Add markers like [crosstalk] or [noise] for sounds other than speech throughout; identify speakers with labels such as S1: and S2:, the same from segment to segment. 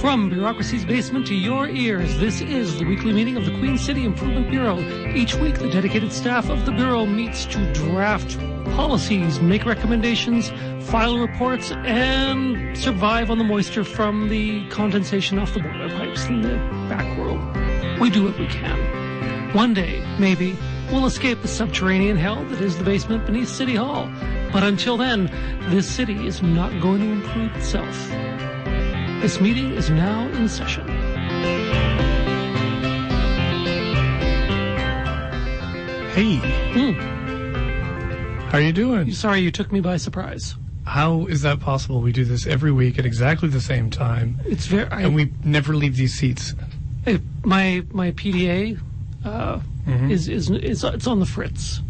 S1: From bureaucracy's basement to your ears, this is the weekly meeting of the Queen City Improvement Bureau. Each week, the dedicated staff of the Bureau meets to draft policies, make recommendations, file reports, and survive on the moisture from the condensation off the boilerpipes in the back world. We do what we can. One day, maybe, we'll escape the subterranean hell that is the basement beneath City Hall. But until then, this city is not going to improve itself. This meeting is now in session.
S2: Hey,
S1: Mm.
S2: how you doing?
S1: Sorry, you took me by surprise.
S2: How is that possible? We do this every week at exactly the same time,
S1: It's very I,
S2: and we never leave these seats.
S1: I- my my PDA uh,
S2: Mm-hmm.
S1: is is it's it's on the fritz.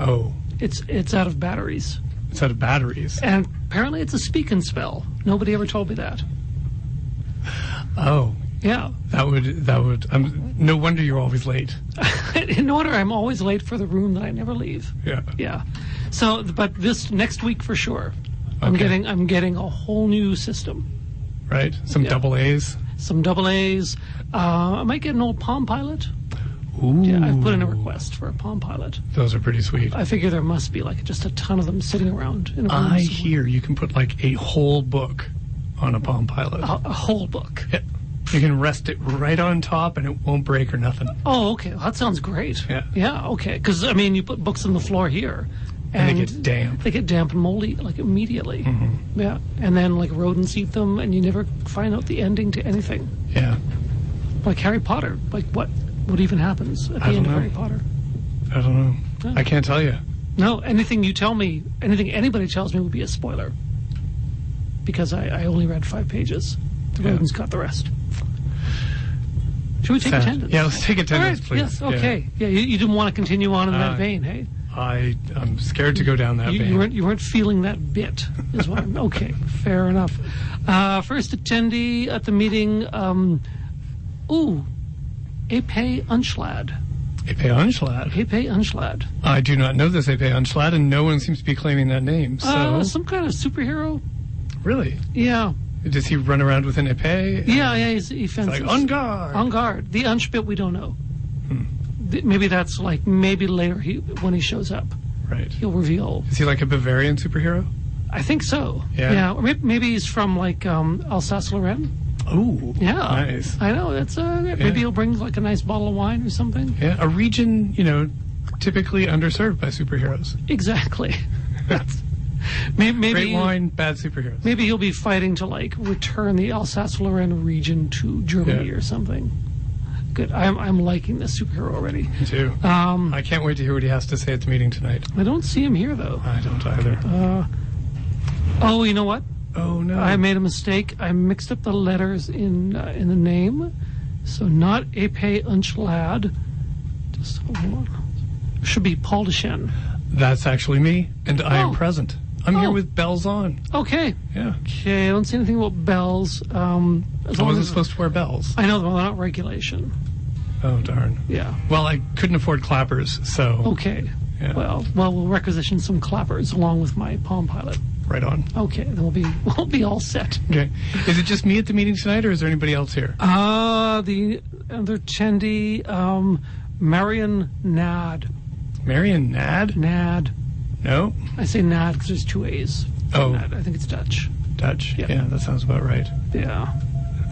S2: Oh,
S1: It's it's out of batteries,
S2: it's out of batteries.
S1: and apparently it's a speak and spell. Nobody ever told me that.
S2: Oh,
S1: Yeah, [laughs]
S2: that would that would. I'm, no wonder you're always late.
S1: in order, I'm always late for the room that I never leave.
S2: Yeah.
S1: Yeah, so but this next week for sure, I'm
S2: Okay.
S1: getting I'm getting a whole new system.
S2: Right. Some
S1: Yeah.
S2: double A's.
S1: some double A's. Uh, I might get an old Palm Pilot.
S2: Ooh.
S1: Yeah, I've put in a request for a Palm Pilot.
S2: Those are pretty sweet.
S1: I figure there must be like just a ton of them sitting around. In a room
S2: I
S1: somewhere.
S2: hear you can put like a whole book on a Palm Pilot.
S1: a, a whole book.
S2: Yeah. You can rest it right on top, and it won't break or nothing.
S1: Oh, okay. Well, that sounds great.
S2: Yeah.
S1: Yeah. Okay. Because I mean, you put books on the floor here,
S2: And they get damp. Mm-hmm.
S1: They get damp and moldy like immediately. Yeah. And then like rodents eat them, and you never find out the ending to anything.
S2: Yeah.
S1: Like Harry Potter. Like what? What even happens at the
S2: I don't
S1: end
S2: know.
S1: of Harry Potter?
S2: I don't know.
S1: Yeah.
S2: I can't tell you.
S1: No, anything you tell me, anything anybody tells me would be a spoiler. Because I, I only read five pages. The
S2: Yeah.
S1: rodents got the rest. Should we take
S2: Sad.
S1: attendance?
S2: Uh, Yeah, let's take
S1: All
S2: attendance,
S1: right,
S2: please.
S1: Yes,
S2: Yeah.
S1: okay. Yeah, you, you didn't want to continue on in that
S2: Uh,
S1: vein, hey?
S2: I I'm scared to go down that
S1: You,
S2: vein.
S1: you, weren't, you weren't feeling that bit, is what I'm. Okay, fair enough. Uh, first attendee at the meeting, um, ooh, Ape Unschlad.
S2: Epe Anschlad.
S1: Ape Unschlad.
S2: I do not know this Epe Anschlad, and no one seems to be claiming that name. So
S1: Uh, some kind of superhero?
S2: really,
S1: Yeah.
S2: does he run around with an Epe?
S1: Yeah, yeah, he's, he
S2: Like
S1: fences.
S2: on guard.
S1: On guard. The unch bit we don't know.
S2: Hmm.
S1: Th- Maybe that's like maybe later he when he shows up
S2: right.
S1: he'll reveal.
S2: Is he like a Bavarian superhero?
S1: I think so.
S2: Yeah.
S1: Or may- maybe he's from like um, Alsace-Lorraine.
S2: Oh,
S1: Yeah.
S2: nice.
S1: I know. That's uh, maybe he'll bring like a nice bottle of wine or something.
S2: Yeah, a region you know typically underserved
S1: [laughs]
S2: by superheroes.
S1: Exactly. that's may- maybe
S2: Great wine, bad superheroes.
S1: Maybe he'll be fighting to like return the Alsace-Lorraine region to Germany
S2: Yeah.
S1: or something. Good. I'm I'm liking this superhero already.
S2: Me too.
S1: Um,
S2: I can't wait to hear what he has to say at the meeting tonight.
S1: I don't see him here though.
S2: I don't either.
S1: Oh, you know what?
S2: oh no.
S1: uh, I made a mistake. I mixed up the letters in uh, in the name, so not Ape Unchlad. Just hold on. Should be Paul Deshen.
S2: That's actually me, and I
S1: Oh.
S2: am present. I'm here
S1: Oh.
S2: with bells on.
S1: Okay.
S2: Yeah.
S1: Okay. I don't see anything about bells. Um, as
S2: I
S1: long
S2: wasn't
S1: as-
S2: supposed to wear bells.
S1: I know they're not regulation.
S2: Oh darn.
S1: Yeah.
S2: Well, I couldn't afford clappers, so
S1: Okay.
S2: Yeah.
S1: Oh, Well, well, we'll requisition some clappers along with my Palm Pilot.
S2: right on.
S1: Okay, then we'll be [laughs] we'll be all set.
S2: Okay. Is it just me at the meeting tonight, or is there anybody else here?
S1: Uh the other attendee, um, Marion Nad.
S2: Marion Nad?
S1: Nad.
S2: No.
S1: I say Nad because there's two A's.
S2: Oh.
S1: Nad. I think it's Dutch.
S2: Dutch.
S1: Yeah.
S2: Yeah. that sounds about right.
S1: Yeah.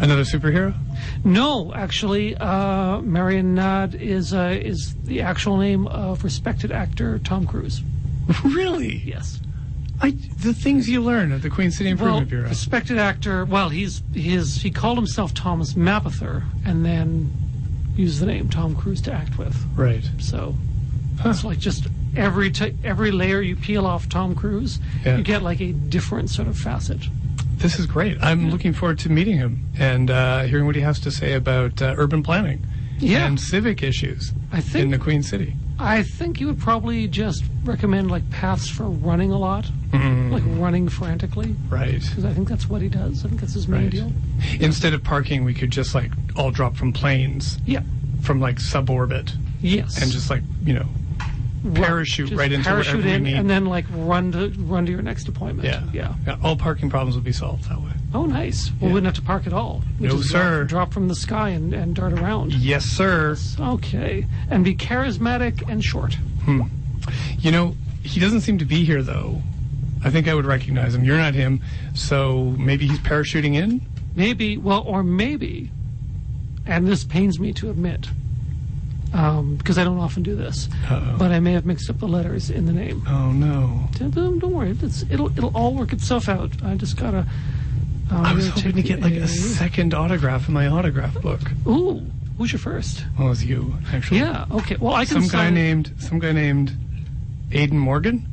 S2: Another superhero? [laughs]
S1: No, actually, uh, Marion Nad is uh, is the actual name of respected actor Tom Cruise.
S2: really?
S1: Yes.
S2: I, the things you learn at the Queen City
S1: Well,
S2: Improvement Bureau.
S1: respected actor. Well, he's his he called himself Thomas Mapother, and then used the name Tom Cruise to act with.
S2: Right.
S1: So it's like just every t- every layer you peel off Tom Cruise,
S2: Yeah.
S1: you get like a different sort of facet.
S2: This is great. I'm looking forward to meeting him and uh, hearing what he has to say about uh, urban planning
S1: Yeah,
S2: and civic issues
S1: I
S2: in
S1: think
S2: the Queen City.
S1: I think you would probably just recommend like paths for running a lot,
S2: Mm-hmm.
S1: like running frantically,
S2: Right.
S1: because I think that's what he does. I think that's his main
S2: Right.
S1: deal.
S2: Instead of parking, we could just like all drop from planes,
S1: Yeah.
S2: from like suborbit,
S1: Yes.
S2: and just like you know,
S1: Run.
S2: parachute
S1: Just
S2: right into
S1: parachute
S2: whatever we
S1: in,
S2: need.
S1: and then like run to run to your next deployment.
S2: yeah,
S1: Yeah.
S2: All parking problems would be solved that way.
S1: Oh, nice. We
S2: Yeah.
S1: wouldn't have to park at all. We
S2: No,
S1: just
S2: sir.
S1: Drop, drop from the sky and, and dart around.
S2: Yes, sir.
S1: Okay. And be charismatic and short.
S2: You know, he doesn't seem to be here though. I think I would recognize him. You're not him, so maybe he's parachuting in.
S1: Maybe, well, or maybe, and this pains me to admit, um, because I don't often do this,
S2: Uh-oh.
S1: but I may have mixed up the letters in the name.
S2: Oh no!
S1: Don't don't worry, it's, it'll it'll all work itself out. I just gotta. Um,
S2: I was hoping to get like a second autograph in my autograph book.
S1: Ooh, who's your first?
S2: Well, it was you actually.
S1: Yeah. Okay. Well, I can.
S2: Some guy
S1: sign-
S2: named some guy named Aiden Morgan.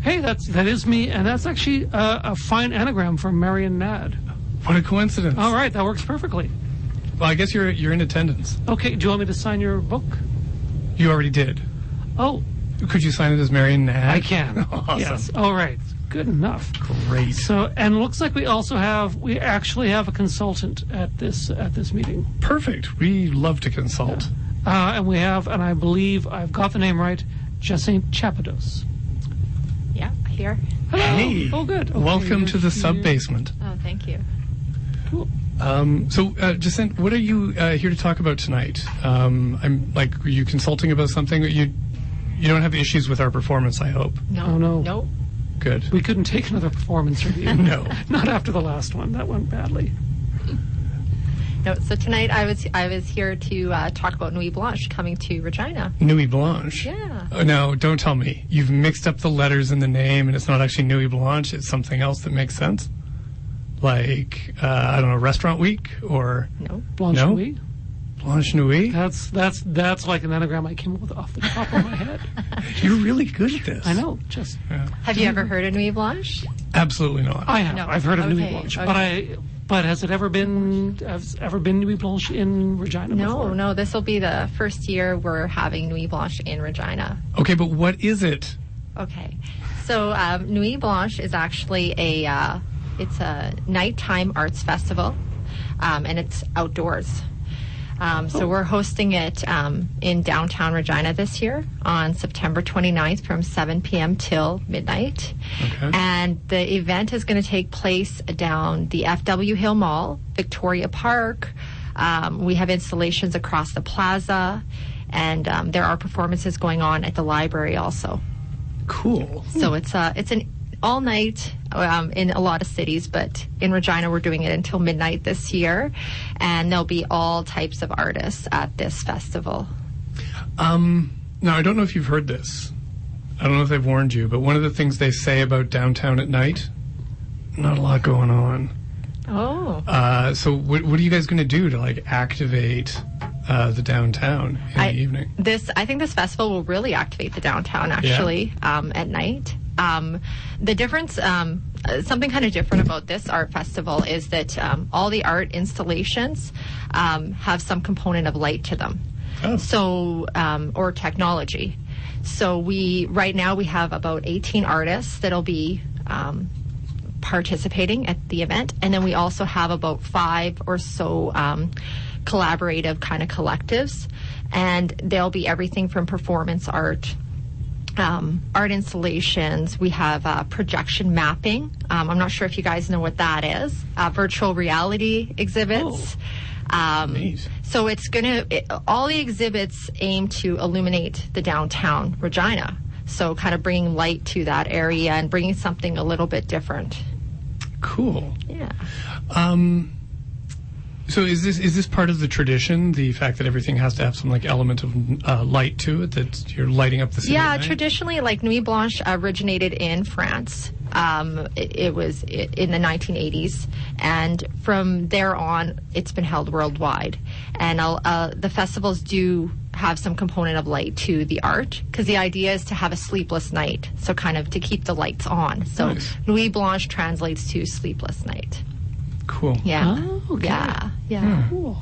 S1: Hey, that's that is me, and that's actually a, a fine anagram for Marion Nad.
S2: What a coincidence!
S1: All right, that works perfectly.
S2: Well, I guess you're you're in attendance.
S1: Okay, do you want me to sign your book?
S2: You already did.
S1: Oh,
S2: Could you sign it as Marion Nag?
S1: I can.
S2: [laughs] Awesome.
S1: Yes. All right. Good enough.
S2: Great.
S1: So, and looks like we also have we actually have a consultant at this at this meeting,
S2: Perfect. We love to consult.
S1: uh, and we have, and I believe I've got the name right, Jacinthe Chapados.
S3: Yeah, here.
S1: Hello.
S2: Hey.
S1: Oh, good. Okay,
S2: Welcome
S1: you're
S2: to
S1: here.
S2: the sub basement.
S3: Oh, thank you.
S2: Um, so, uh, Jacinth, what are you uh, here to talk about tonight? Um, I'm like, are you consulting about something? You you don't have issues with our performance, I hope.
S3: No.
S1: Oh, no.
S3: Nope.
S2: Good.
S1: We couldn't take another performance review.
S2: [laughs] No.
S1: Not after the last one. That went badly.
S3: No. So tonight I was I was here to uh, talk about Nuit Blanche coming to Regina.
S2: Nui Blanche.
S3: Yeah.
S2: Oh, no, don't tell me. You've mixed up the letters in the name, and it's not actually Nui Blanche. It's something else that makes sense. Like, uh, I don't know, Restaurant Week or
S3: No.
S1: Blanche
S2: No?
S1: Louis.
S2: Blanche Nui.
S1: That's that's that's like an anagram I came up with off the top of my
S2: [laughs]
S1: head.
S2: You're really good at this.
S1: I know. Just
S3: Have you ever heard of Nuit Blanche?
S2: Absolutely not.
S1: I have.
S3: No.
S1: I've heard of Nuit
S3: Okay,
S1: Blanche,
S3: okay.
S1: but I. But has it ever been has ever been Nuit Blanche in Regina?
S3: No,
S1: before?
S3: no. This will be the first year we're having Nuit Blanche in Regina.
S2: okay, but what is it?
S3: Okay. So um, Nuit Blanche is actually a uh, it's a nighttime arts festival, um, and it's outdoors. Um, so we're hosting it um, in downtown Regina this year on September 29th from 7 p.m. till midnight.
S2: Okay.
S3: And the event is going to take place down the FW Hill Mall, Victoria Park. Um, we have installations across the plaza, and um, there are performances going on at the library also.
S2: Cool.
S3: So it's uh, it's an all night um, in a lot of cities, but in Regina we're doing it until midnight this year, and there'll be all types of artists at this festival.
S2: Um, now, I don't know if you've heard this. I don't know if they've warned you, but one of the things they say about downtown at night, not a lot going on.
S3: Oh,
S2: Uh, so, what, what are you guys going to do to like activate uh, the downtown in the evening?
S3: This I think this festival will really activate the downtown actually um, at night. Um, the difference, um, uh, something kind of different about this art festival is that um, all the art installations um, have some component of light to them.
S2: Oh.
S3: So um, or technology. So we right now we have about 18 artists that'll be um, participating at the event, and then we also have about five or so um, collaborative kind of collectives, and they'll be everything from performance art. Um, art installations. We have uh, projection mapping. Um, I'm not sure if you guys know what that is. Uh, virtual reality exhibits. Um,
S2: Neat.
S3: so it's going to, all the exhibits aim to illuminate the downtown Regina. So kind of bringing light to that area and bringing something a little bit different.
S2: Cool.
S3: Yeah.
S2: Um, so, is this is this part of the tradition? The fact that everything has to have some like element of uh, light to it that you're lighting up the city.
S3: Yeah,
S2: at night?
S3: traditionally, like Nuit Blanche originated in France. Um, it, it was i- in the 1980s, and from there on, it's been held worldwide. And I'll, uh, the festivals do have some component of light to the art because the idea is to have a sleepless night, so kind of to keep the lights on. So
S2: Nice.
S3: Nuit Blanche translates to sleepless night.
S2: Cool.
S3: Yeah,
S1: Oh, okay.
S3: yeah, yeah.
S1: Cool.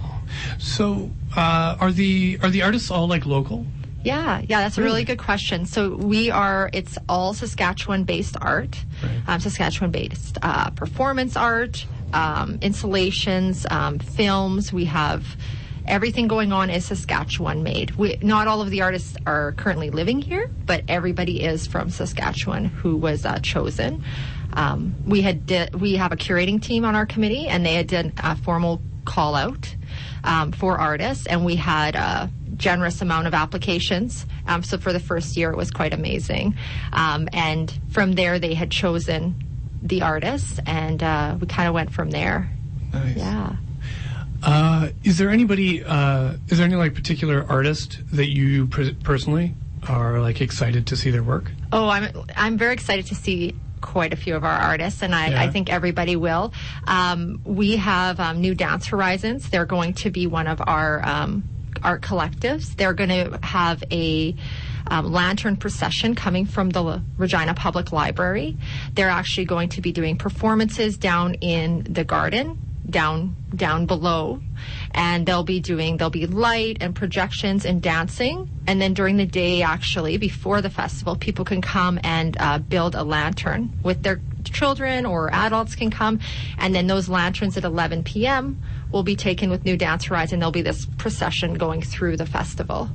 S2: So, uh, are the are the artists all like local?
S3: Yeah, yeah, that's a really good question. So we are, it's all Saskatchewan based art, um, Saskatchewan based uh, performance art, um, installations, um, films. We have everything going on is Saskatchewan made. We, not all of the artists are currently living here, but everybody is from Saskatchewan who was uh, chosen. Um, we had di- we have a curating team on our committee, and they had done a formal call out um, for artists, and we had a generous amount of applications. Um, so for the first year, it was quite amazing. Um, and from there, they had chosen the artists, and uh, we kind of went from there.
S2: Nice.
S3: Yeah.
S2: Uh, is there anybody? Uh, is there any like particular artist that you per- personally are like excited to see their work?
S3: Oh, I'm I'm very excited to see quite a few of our artists, and I,
S2: Yeah.
S3: I think everybody will. Um, we have um, new Dance Horizons. They're going to be one of our um, art collectives. They're going to have a um, lantern procession coming from the L- Regina Public Library. They're actually going to be doing performances down in the garden down down below and they'll be doing there'll be light and projections and dancing and then during the day actually before the festival people can come and uh, build a lantern with their children or adults can come and then those lanterns at 11 p.m will be taken with new dance horizon there'll be this procession going through the festival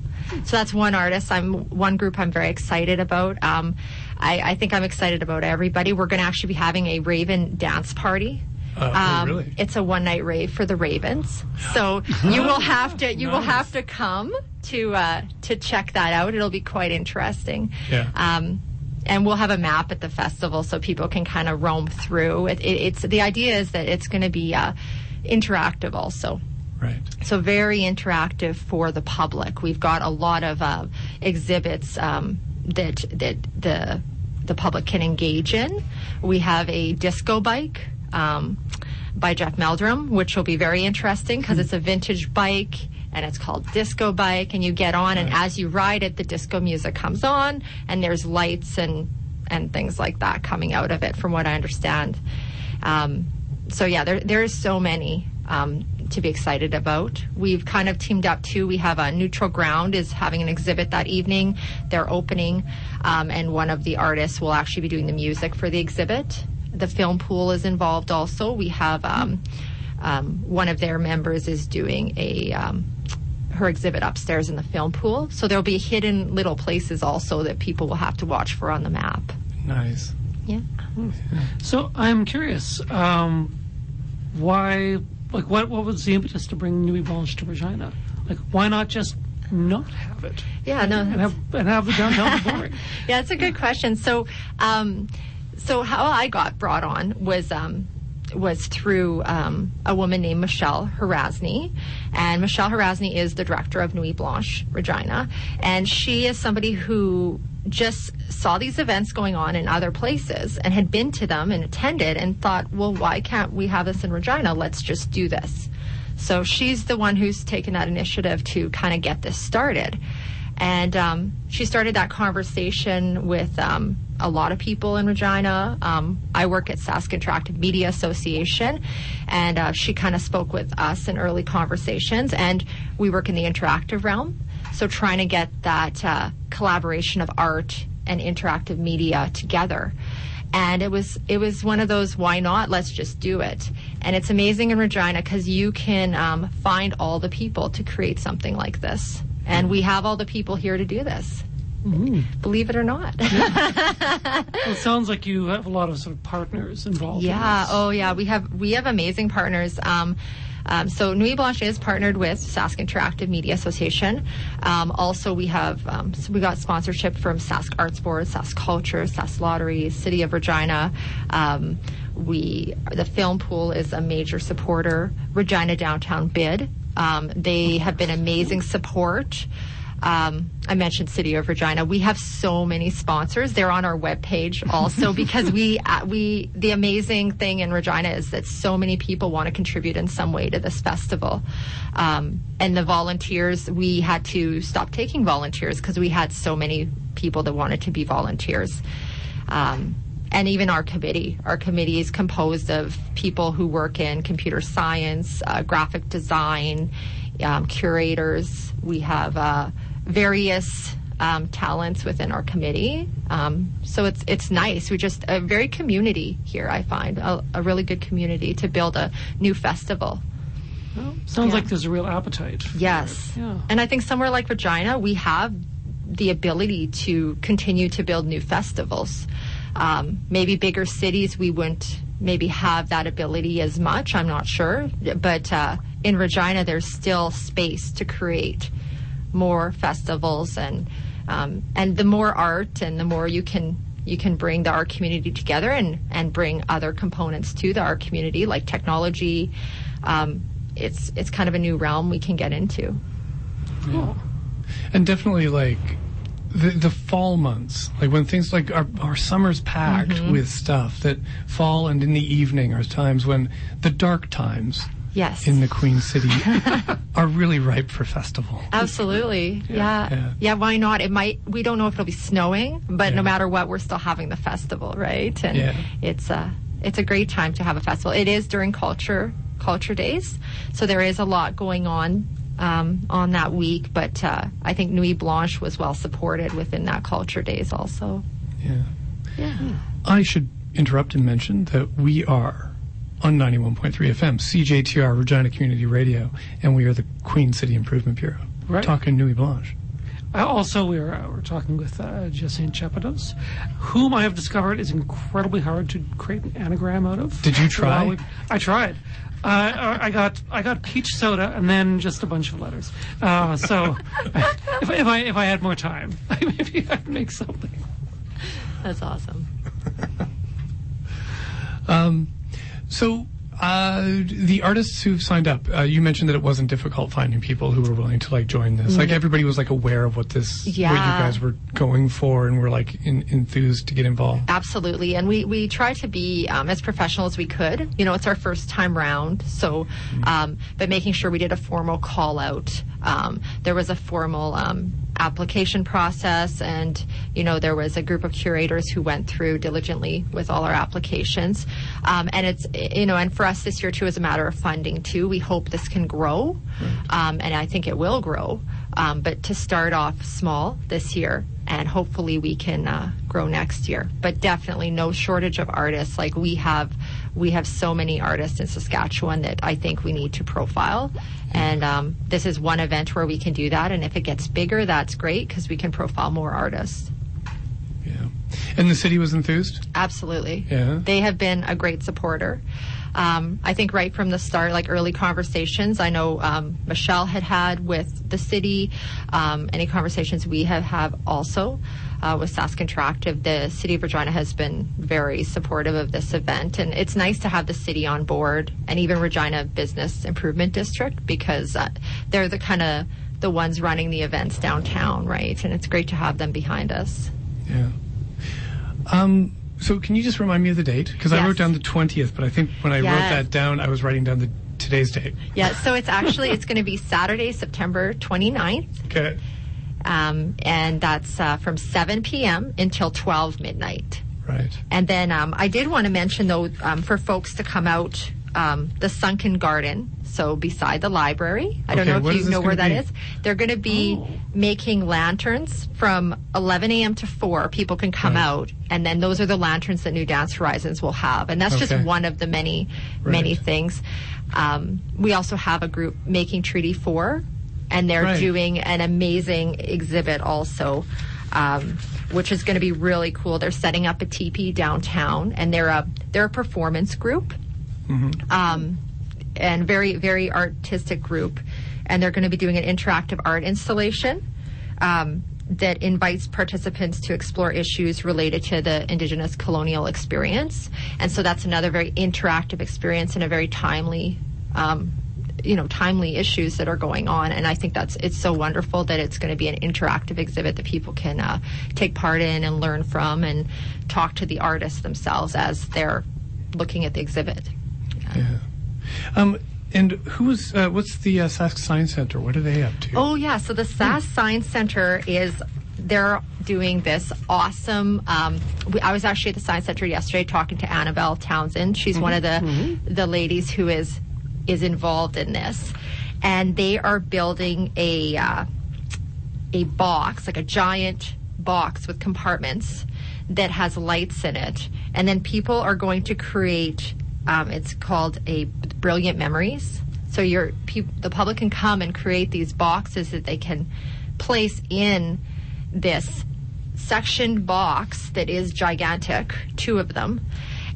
S3: so that's one artist i'm one group i'm very excited about um, I, I think i'm excited about everybody we're going to actually be having a raven dance party
S2: Uh, oh,
S3: um,
S2: really?
S3: It's a one night rave for the Ravens. So you will have to you will have to come to uh, to check that out. It'll be quite interesting.
S2: Yeah.
S3: Um, and we'll have a map at the festival so people can kind of roam through. It, it, it's the idea is that it's going to be uh, interactive also.
S2: Right.
S3: So very interactive for the public. We've got a lot of uh, exhibits um, that that the the public can engage in. We have a disco bike. Um, by Jeff Meldrum, which will be very interesting because it's a vintage bike and it's called Disco Bike. And you get on, and as you ride it, the disco music comes on, and there's lights and and things like that coming out of it, from what I understand. Um, so yeah, there there's so many um, to be excited about. We've kind of teamed up too. We have a neutral ground is having an exhibit that evening. They're opening, um, and one of the artists will actually be doing the music for the exhibit. The film pool is involved also. We have um, um, one of their members is doing a um, her exhibit upstairs in the film pool. So there'll be hidden little places also that people will have to watch for on the map.
S2: Nice.
S3: Yeah.
S1: So I'm curious, um, why, like, what, what was the impetus to bring New Blanche to Regina? Like, why not just not have it
S3: Yeah. No.
S1: and have and have the downtown be
S3: [laughs]
S1: boring?
S3: yeah, that's a good question. So, um, so how I got brought on was um, was through um, a woman named Michelle Harasny, and Michelle Harasny is the director of Nuit Blanche Regina, and she is somebody who just saw these events going on in other places and had been to them and attended and thought, well, why can't we have this in Regina? Let's just do this. So she's the one who's taken that initiative to kind of get this started. And um, she started that conversation with um, a lot of people in Regina. Um, I work at Sask Interactive Media Association, and uh, she kind of spoke with us in early conversations. And we work in the interactive realm, so trying to get that uh, collaboration of art and interactive media together and it was it was one of those why not let's just do it and it's amazing in regina because you can um, find all the people to create something like this and we have all the people here to do this believe it or not [laughs]
S1: Well, it sounds like you have a lot of sort of partners involved. in
S3: Yeah.
S1: this.
S3: Oh, yeah. We have we have amazing partners. Um, um, so Nuit Blanche is partnered with Sask Interactive Media Association. Um, also, we have um, so we got sponsorship from Sask Arts Board, Sask Culture, Sask Lottery, City of Regina. Um, we the film pool is a major supporter. Regina Downtown Bid. Um, they have been amazing support um, I mentioned City of Regina. We have so many sponsors. They're on our webpage also because we uh, we the amazing thing in Regina is that so many people want to contribute in some way to this festival. Um, and the volunteers, we had to stop taking volunteers because we had so many people that wanted to be volunteers. Um, and even our committee. Our committee is composed of people who work in computer science, uh, graphic design, um, curators. We have uh, various um, talents within our committee. Um, so it's it's nice. We're just a very community here. I find a, a really good community to build a new festival.
S1: Well, sounds
S3: oh, Yeah.
S1: like there's a real appetite. for
S3: Yes,
S1: it. Yeah.
S3: and I think somewhere like Regina, we have the ability to continue to build new festivals. Um, maybe bigger cities we wouldn't maybe have that ability as much. I'm not sure, but uh, in Regina, there's still space to create more festivals and um, and the more art and the more you can you can bring the art community together and and bring other components to the art community like technology um, it's it's kind of a new realm we can get into
S2: and definitely like the, the fall months, like when things like our, our summer's packed with stuff that fall and in the evening are times when the dark times
S3: yes
S2: in the Queen City are really ripe for festival.
S3: absolutely yeah.
S2: Yeah.
S3: yeah why not it might we don't know if it'll be snowing but
S2: Yeah.
S3: no matter what we're still having the festival right and
S2: Yeah.
S3: it's a it's a great time to have a festival it is during culture culture days so there is a lot going on um, on that week but uh, i think nuit blanche was well supported within that culture days also Hmm.
S2: Yeah.
S3: yeah
S2: I should interrupt and mention that we are on 91.3 FM, CJTR, Regina Community Radio, and we are the Queen City Improvement Bureau.
S1: Right.
S2: Talking Nuit Blanche.
S1: Uh, Also, we are, uh, we're talking with uh, Jessine Chepados, whom I have discovered is incredibly hard to create an anagram out of.
S2: Did you try?
S1: Well, we- I tried. Uh, I I got I got peach soda and then just a bunch of letters. Uh, so [laughs] if, if I if I had more time, [laughs] maybe I'd make something.
S3: that's awesome
S2: So, uh, the artists who've signed up, uh, you mentioned that it wasn't difficult finding people who were willing to like join this. Like everybody was like aware of what this,
S3: Mm-hmm. Yeah.
S2: what you guys were going for, and were like in, enthused to get involved.
S3: Absolutely. And we, we try to be um, as professional as we could. You know, it's our first time round. So, um, but making sure we did a formal call out. Um, there was a formal um, application process, and, you know, there was a group of curators who went through diligently with all our applications. Um, and it's, you know, and for us this year, too, is a matter of funding, too. We hope this can grow, um, and I think it will grow. Um, but to start off small this year, and hopefully we can uh, grow next year. But definitely no shortage of artists. Like we have, we have so many artists in Saskatchewan that I think we need to profile. And um, this is one event where we can do that. And if it gets bigger, that's great because we can profile more artists.
S2: Yeah, and the city was enthused.
S3: Absolutely.
S2: Yeah.
S3: They have been a great supporter. Um, I think right from the start, like early conversations, I know um, Michelle had had with the city, um, any conversations we have have also uh, with Sask Interactive. The city of Regina has been very supportive of this event, and it's nice to have the city on board and even Regina Business Improvement District because uh, they're the kind of the ones running the events downtown, right? And it's great to have them behind us.
S2: Yeah. Um. So, can you just remind me of the date? Because I
S3: Yes.
S2: wrote down the twentieth, but I think when I wrote
S3: Yes.
S2: that down, I was writing down the today's date.
S3: Yeah, so it's actually it's going to be Saturday, September 29th,
S2: Okay.
S3: um, and that's uh, from 7 p.m. until 12 midnight.
S2: Right.
S3: And then um, I did want to mention though um, for folks to come out um, the Sunken Garden, so beside the library. I
S2: Okay,
S3: don't know
S2: what
S3: if
S2: is
S3: you
S2: this
S3: know where
S2: gonna
S3: that
S2: be? Oh.
S3: is. They're going to be making lanterns from 11 a.m. to 4. People can come
S2: Right.
S3: out, and then those are the lanterns that New Dance Horizons will have, and that's
S2: Okay.
S3: just one of the many, many
S2: Right.
S3: things. Um, we also have a group making Treaty 4, and they're
S2: Right.
S3: doing an amazing exhibit also, um, which is going to be really cool. They're setting up a teepee downtown, and they're a they're a performance group, um, and very very artistic group, and they're going to be doing an interactive art installation. Um, that invites participants to explore issues related to the indigenous colonial experience. And so that's another very interactive experience and a very timely um, you know timely issues that are going on and i think that's it's so wonderful that it's going to be an interactive exhibit that people can uh, take part in and learn from and talk to the artists themselves as they're looking at the exhibit
S2: Yeah. Um. And who was? Uh, what's the uh, Sask Science Center? What are they up to?
S3: Oh yeah, so the SAS Science Center is they're doing this awesome. Um, we, I was actually at the Science Center yesterday talking to Annabelle Townsend. She's one of the the ladies who is is involved in this, and they are building a. Uh, a box, like a giant box with compartments that has lights in it. And then people are going to create, um, it's called a Brilliant Memories. So your peop the public can come and create these boxes that they can place in this sectioned box that is gigantic, two of them.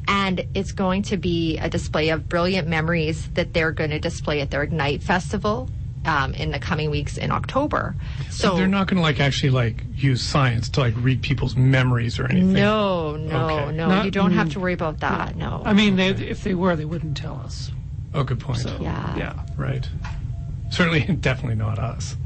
S3: And it's going to be a display of brilliant memories that they're going to display at their Ignite Festival um, in the coming weeks in October. So,
S2: So they're not going to like actually like use science to like read people's memories or anything.
S3: no, no,
S2: Okay.
S3: no.
S1: Not-
S3: you don't have to worry about that. No.
S1: I mean, they, if they were, they wouldn't tell us.
S2: Oh, good point.
S1: So,
S3: Yeah.
S1: yeah.
S2: Right. Certainly, [laughs] definitely not us.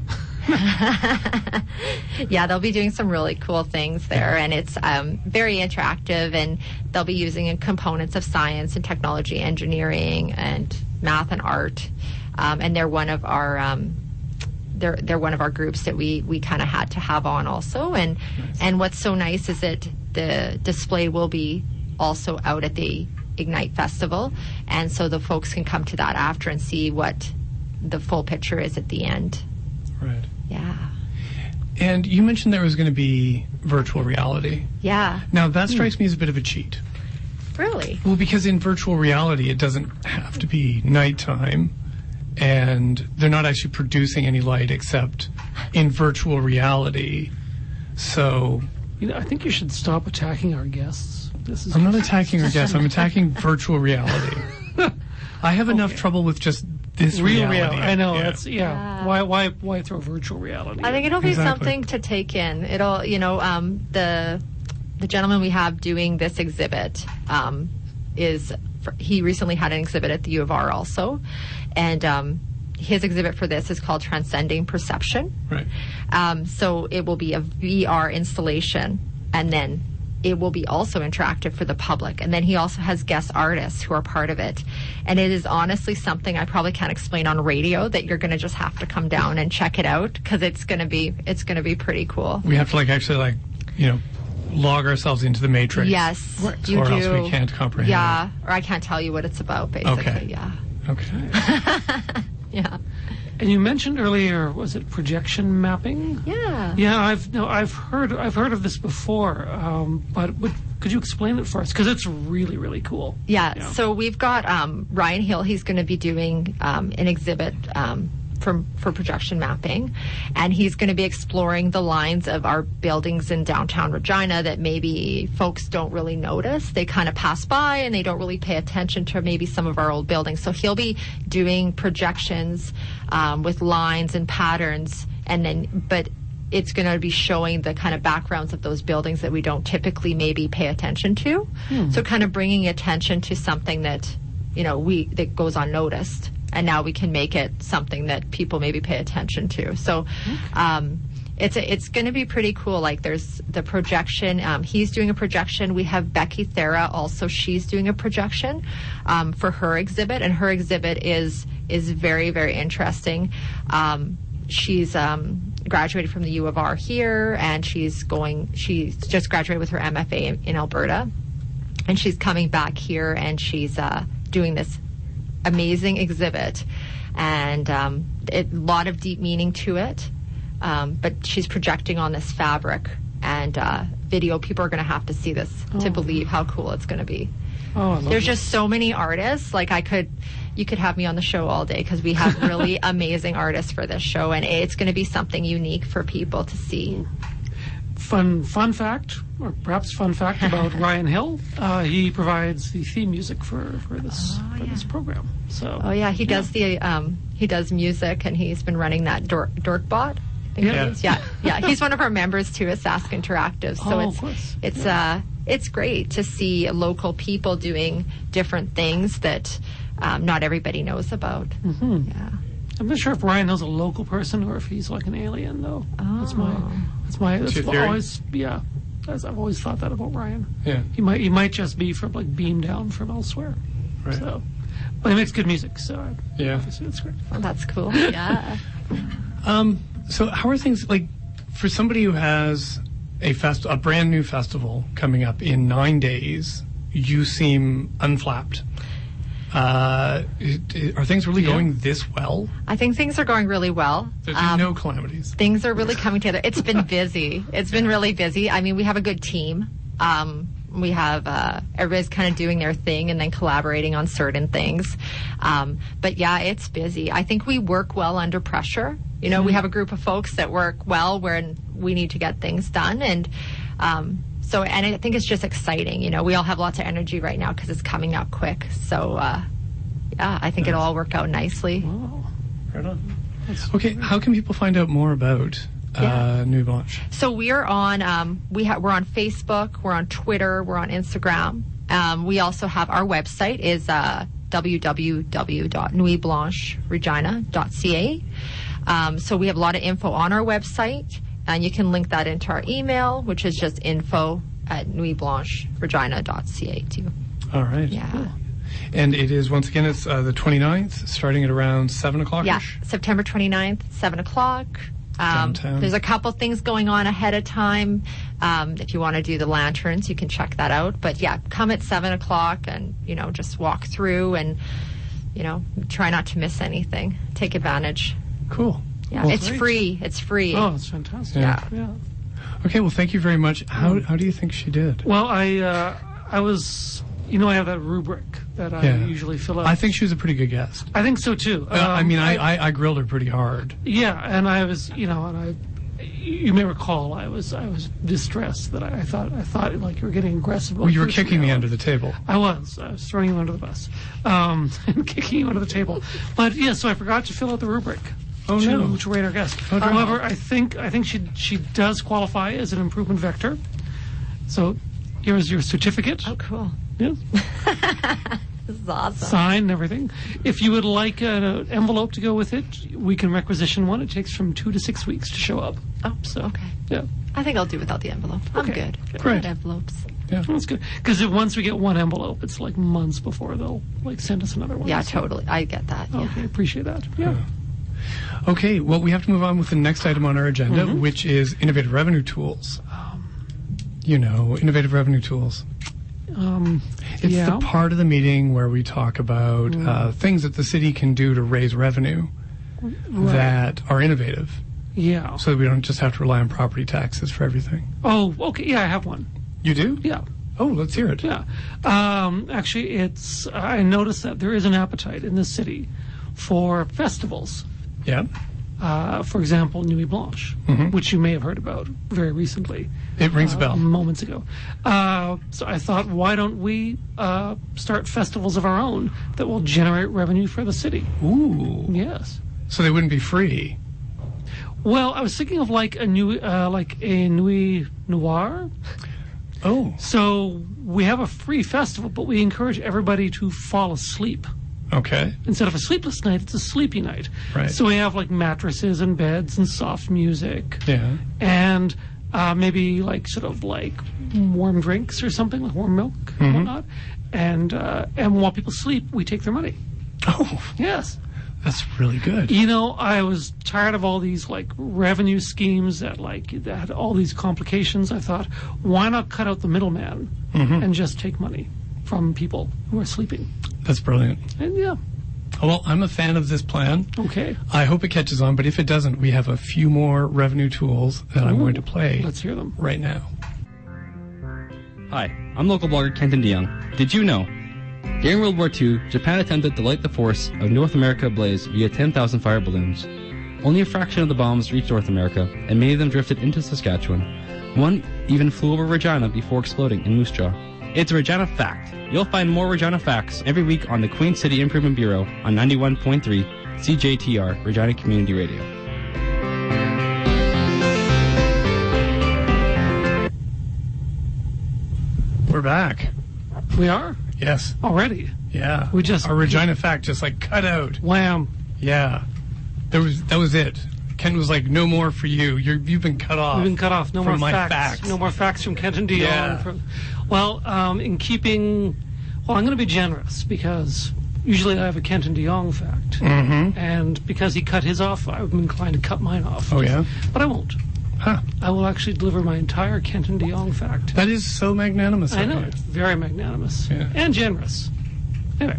S3: yeah, they'll be doing some really cool things there, and it's um, very interactive. And they'll be using components of science and technology, engineering, and math and art. Um, and they're one of our um, they're they're one of our groups that we we kind of had to have on also. And and what's so nice is that the display will be also out at the Ignite Festival, and so the folks can come to that after and see what the full picture is at the end.
S2: Right.
S3: Yeah.
S2: And you mentioned there was going to be virtual reality.
S3: Yeah,
S2: Now that strikes me as a bit of a cheat.
S3: really.
S2: Well, because in virtual reality, it doesn't have to be nighttime, and they're not actually producing any light except in virtual reality. So
S1: You know, I think you should stop attacking our guests. This is
S2: I'm not attacking her guess. I'm attacking virtual reality. I have enough trouble with just this
S1: real
S2: reality.
S1: reality. I know.
S2: Yeah.
S1: That's yeah.
S3: Yeah.
S1: Why why why throw virtual reality?
S3: I think it'll be
S2: Exactly.
S3: something to take in. It'll, you know, um, the the gentleman we have doing this exhibit um, is fr- he recently had an exhibit at the U of R also, and um, his exhibit for this is called Transcending Perception.
S2: right.
S3: Um, so it will be a VR installation, and then it will be also interactive for the public. And then he also has guest artists who are part of it. And it is honestly something I probably can't explain on radio that you're going to just have to come down and check it out because it's going to be it's going to be pretty cool.
S2: We have to like actually like you know log ourselves into the matrix.
S3: Yes,
S2: Right.
S3: you
S2: Or
S3: do.
S2: else we can't comprehend
S3: Yeah, or I can't tell you what it's about. Basically,
S2: Okay.
S3: yeah,
S2: Okay.
S3: yeah,
S1: And you mentioned earlier, was it projection mapping?
S3: yeah.
S1: Yeah, I've no, I've heard I've heard of this before, um, but would, could you explain it for us? Because it's really really cool.
S3: Yeah,
S1: Yeah.
S3: so we've got um, Ryan Hill. He's going to be doing um, an exhibit um, from for projection mapping, and he's going to be exploring the lines of our buildings in downtown Regina that maybe folks don't really notice. They kind of pass by and they don't really pay attention to maybe some of our old buildings. So he'll be doing projections um, with lines and patterns, and then but it's going to be showing the kind of backgrounds of those buildings that we don't typically maybe pay attention to. So kind of bringing attention to something that you know we that goes unnoticed, and now we can make it something that people maybe pay attention to. So. Um, it's a, it's going to be pretty cool. Like there's the projection. Um, he's doing a projection. We have Becky Thera also. She's doing a projection um, for her exhibit, and her exhibit is is very very interesting. Um, she's um, graduated from the U of R here, and she's going. She's just graduated with her MFA in, in Alberta, and she's coming back here, and she's uh, doing this amazing exhibit, and um, a lot of deep meaning to it. Um, but she's projecting on this fabric and uh, video. People are going to have to see this to believe how cool it's going to be.
S1: Oh, I love
S3: There's
S1: it.
S3: just so many artists. Like I could, you could have me on the show all day because we have really amazing artists for this show, and it's going to be something unique for people to see.
S1: fun fun fact, or perhaps fun fact
S3: [laughs]
S1: about Ryan Hill. Uh, he provides the theme music for for this for this program. So
S3: Ah, Oh yeah, he does the um, he does music, and he's been running that dork, dorkbot. I think it
S2: Yeah.
S3: is. yeah, yeah. He's one of our members too at Sask Interactive, so
S1: Oh, of
S3: it's
S1: course.
S3: it's uh it's great to see local people doing different things that um, not everybody knows about. Mm-hmm. Yeah.
S1: I'm not sure if Ryan Hill's a local person or if he's like an alien though. That's my
S3: Oh.
S1: that's my that's
S2: your
S1: what
S2: theory?
S1: always yeah. That's, I've always thought that about Ryan.
S2: Yeah.
S1: He might he might just be from like beamed down from elsewhere.
S2: Right.
S1: So, but he makes good music, so I-
S2: Yeah.
S1: so it's great.
S3: Well, Oh, that's cool. Yeah.
S2: So how are things like for somebody who has a fest a brand new festival coming up in nine days? You seem unflapped. Uh, it- it- are things really going this well?
S3: I think things are going really well.
S2: There's
S3: Um,
S2: no calamities.
S3: things are really coming together. It's been busy. It's been really busy. I mean, we have a good team. Um, we have uh, everybody's kind of doing their thing and then collaborating on certain things. Um, but yeah, it's busy. I think we work well under pressure. You know, we have a group of folks that work well when we need to get things done and. Um, so, and I think it's just exciting. You know, we all have lots of energy right now because it's coming up quick. So, uh, yeah, I think it'll all work out nicely.
S2: Oh, Okay, how can people find out more about uh, New Blanche?
S3: So we are on um, we ha- we're on Facebook, we're on Twitter, we're on Instagram. Um, we also have our website is uh, www.nuitblancheregina.ca. Um, so we have a lot of info on our website, and you can link that into our email, which is just info at nuitblancheregina.ca too.
S2: All right.
S3: Yeah.
S2: And it is, once again, it's uh, the 29th, starting at around 7 o'clock.
S3: Yeah, September 29th, 7 o'clock. Um,
S2: Downtown.
S3: there's a couple things going on ahead of time. Um, if you want to do the lanterns, you can check that out. But yeah, come at 7 o'clock and, you know, just walk through and, you know, try not to miss anything. Take advantage.
S2: Cool.
S3: Yeah,
S2: Well,
S3: it's
S2: great.
S3: free. It's free.
S1: Oh, it's fantastic.
S2: Yeah.
S1: yeah.
S2: Okay, well, thank you very much. How, how do you think she did?
S1: Well, I uh, I was you know I have that rubric that I
S2: Yeah.
S1: usually fill out.
S2: I think she was a pretty good guest.
S1: I think so too.
S2: Uh, I
S1: Um,
S2: mean, I, I, I grilled her pretty hard.
S1: yeah, and I was you know and I you may recall I was I was distressed that I, I thought I thought like you were getting aggressive.
S2: Well, you were kicking me under the table.
S1: I was. I was throwing you under the bus um, [laughs] and kicking you under the table. But yeah, so I forgot to fill out the rubric.
S2: Oh,
S1: to,
S2: no.
S1: To rate our guest.
S3: Oh,
S2: drama.
S1: However, I think I think she she does qualify as an improvement vector. So here is your certificate.
S3: Oh, cool.
S1: Yes.
S3: This is awesome.
S1: sign and everything. If you would like an uh, envelope to go with it, we can requisition one. It takes from two to six weeks to show up.
S3: Oh, so, okay.
S1: Yeah,
S3: I think I'll do without the envelope. I'm
S1: Okay.
S3: good.
S1: Okay.
S2: Great.
S3: Good envelopes.
S1: that's good. Because once we get one envelope, it's like months before they'll like send us another one.
S3: Yeah,
S1: So-
S3: totally. I get that.
S2: Oh,
S3: Yeah.
S1: Okay, appreciate that. Yeah.
S2: Okay, well, we have to move on with the next item on our agenda, which is innovative revenue tools. You know, innovative revenue tools.
S1: Um,
S2: It's
S1: yeah. Mm.
S2: the part of the meeting where we talk about uh, things that the city can do to raise revenue that are innovative,
S1: yeah.
S2: so that we don't just have to rely on property taxes for everything.
S1: Oh, okay. Yeah, I have one.
S2: You do?
S1: Yeah.
S2: Oh, let's hear it.
S1: Yeah. Um, actually, it's I noticed that there is an appetite in this city for festivals.
S2: Yeah.
S1: Uh, for example, Nuit Blanche, which you may have heard about very recently.
S2: It rings a bell.
S1: moments ago. Uh, so I thought, why don't we uh, start festivals of our own that will generate revenue for the city?
S2: Ooh.
S1: Yes.
S2: So they wouldn't be free.
S1: Well, I was thinking of like a new, uh, like a Nuit Noir.
S2: Oh.
S1: So we have a free festival, but we encourage everybody to fall asleep.
S2: Okay.
S1: Instead of a sleepless night, it's a sleepy night.
S2: Right.
S1: So we have like mattresses and beds and soft music.
S2: Yeah.
S1: and uh, maybe like sort of like warm drinks or something, like warm milk and whatnot. And uh, and while people sleep, we take their money.
S2: Oh,
S1: Yes,
S2: that's really good.
S1: you know, I was tired of all these like revenue schemes that like that had all these complications. I thought, why not cut out the middleman
S2: Mm-hmm.
S1: and just take money from people who are sleeping?
S2: That's brilliant.
S1: And yeah,
S2: Well, I'm a fan of this plan.
S1: okay,
S2: I hope it catches on, but if it doesn't, we have a few more revenue tools that I'm going to play
S1: let's hear them.
S2: right now.
S4: Hi, I'm local blogger Kenton DeYoung. Did you know? During World War II, Japan attempted to light the force of North America ablaze via 10,000 fire balloons. Only a fraction of the bombs reached North America, and many of them drifted into Saskatchewan. One even flew over Regina before exploding in Moose Jaw. It's a Regina fact. You'll find more Regina facts every week on the Queen City Improvement Bureau on 91.3 CJTR Regina Community Radio.
S2: We're back.
S1: We are
S2: Yes.
S1: already.
S2: Yeah.
S1: We just-
S2: our Regina fact just like cut out.
S1: Wham!
S2: Yeah. There was that was it. Ken was like, "No more for you. You're you've been cut off.
S1: We've been cut off. No
S2: from
S1: more
S2: my
S1: facts. No more facts from Kenton Dion.
S2: Yeah.
S1: From, well, um, in keeping, well, I'm going to be generous because usually I have a Kenton Dion fact,
S2: Mm-hmm.
S1: and because he cut his off, I'm inclined to cut mine off.
S2: Oh, yeah?
S1: but I won't.
S2: Huh.
S1: I will actually deliver my entire Kenton Dion fact.
S2: That is so magnanimous.
S1: I
S2: of
S1: know
S2: you.
S1: it's very magnanimous
S2: Yeah.
S1: and generous. Anyway,